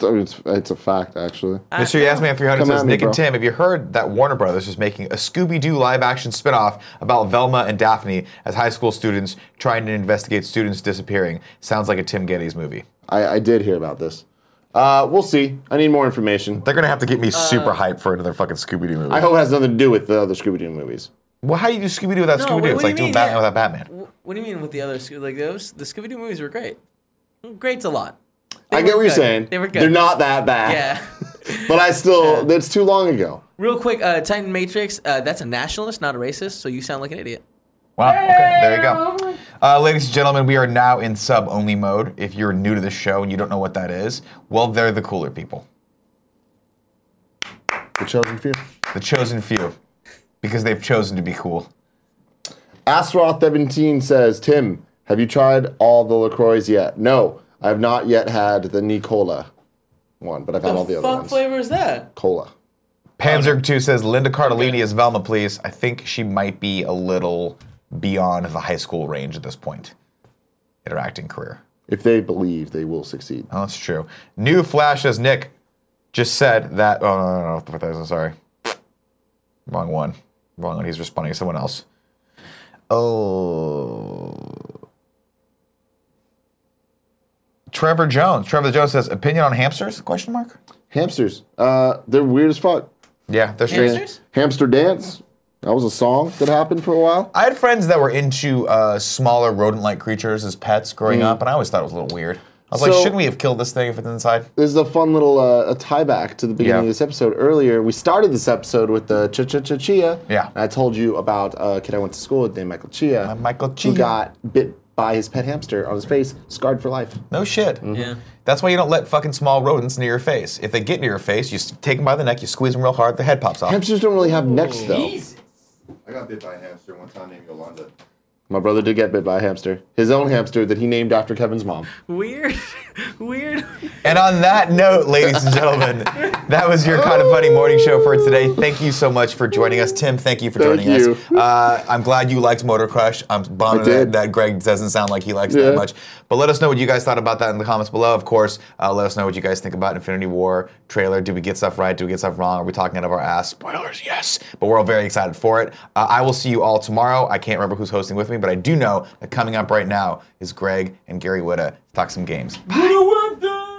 B: I mean, it's, it's a fact, actually.
A: Mr. Yasman 300
B: Come
A: says,
B: at me,
A: Nick and
B: bro.
A: Tim, have you heard that Warner Brothers is making a Scooby Doo live action spinoff about Velma and Daphne as high school students trying to investigate students disappearing? Sounds like a Tim Geddes movie.
B: I, I did hear about this. Uh, we'll see. I need more information.
A: They're going to have to get me
D: Uh,
A: super hyped for another fucking Scooby Doo movie.
B: I hope it has nothing to do with the other Scooby Doo movies.
A: Well, how do you do Scooby Doo without
D: No,
A: Scooby
D: what-
A: Doo?
D: what
A: It's
D: do
A: like
D: you
A: doing
D: mean?
A: Batman without Batman.
D: Wh- What do you mean with the other Scoo- like those? The Scooby Doo movies were great. Great's a lot.
B: I get what
D: were
B: you're
D: good.
B: saying.
D: They were good.
B: They're not that bad.
D: Yeah.
B: But I still, that's too long ago.
D: Real quick, uh, Titan Matrix. Uh, that's a nationalist, not a racist. So you sound like an idiot.
A: Wow. Okay. There you go. Uh, ladies and gentlemen, we are now in sub only mode. If you're new to the show and you don't know what that is, well, they're the cooler people,
B: The Chosen Few.
A: the chosen few, because they've chosen to be cool.
B: Asroth17 says, Tim, have you tried all the LaCroix yet? No, I have not yet had the Nicola one, but I've had all the other
D: fuck
B: ones.
D: flavor is that?
B: Cola.
A: Panzerg 2 says Linda Cardellini is Velma, please. I think she might be a little beyond the high school range at this point in her acting career.
B: If they believe, they will succeed.
A: Oh, that's true. New Flash says Nick just said that. Oh, no, no, no, no, no, no, sorry. Wrong one. Wrong one. He's responding to someone else. Oh. Trevor Jones. Trevor Jones says opinion on hamsters? Question mark.
B: Hamsters. Uh, they're weird as fuck.
A: Yeah, they're strange.
B: Hamster Dance. That was a song that happened for a while.
A: I had friends that were into uh, smaller rodent-like creatures as pets growing
B: Mm.
A: up, and I always thought it was a little weird. I was like,
B: So-
A: shouldn't we have killed this thing if it's inside?
B: This is a fun little uh, a tie back to the beginning of this episode. Earlier, we started this episode with the Cha Cha Cha Chia.
A: Yeah. Uh,
B: And I told you about a kid I went to school with named Michael Chia.
A: Michael
B: Chia. Who got bit by his pet hamster on his face, scarred for life.
A: No shit.
B: Mm-hmm.
D: Yeah.
A: That's why you don't let fucking small rodents near your face. If they get near your face, you s- take them by the neck, you squeeze them real hard, the head pops off.
B: Hamsters don't really have
A: Oh,
B: necks, though.
M: I got bit by a hamster one time named Yolanda.
B: My brother did get bit by a hamster. His own hamster that he named after Kevin's mom.
D: Weird. Weird.
A: And on that note, ladies and gentlemen, that was your kind of funny morning show for today. Thank you so much for joining us, Tim. Thank you for
B: Thank
A: joining
B: you.
A: us. Uh, I'm glad you liked Motor Crush. I'm bummed
B: I
A: that,
B: did.
A: that Greg doesn't sound like he likes
B: Yeah.
A: that much. But let us know what you guys thought about that in the comments below. Of course, uh, let us know what you guys think about Infinity War trailer. Do we get stuff right? Do we get stuff wrong? Are we talking out of our ass? Spoilers, yes. But we're all very excited for it. Uh, I will see you all tomorrow. I can't remember who's hosting with me, but I do know that coming up right now is Greg and Gary Witta to talk some games.
I: You know what, though?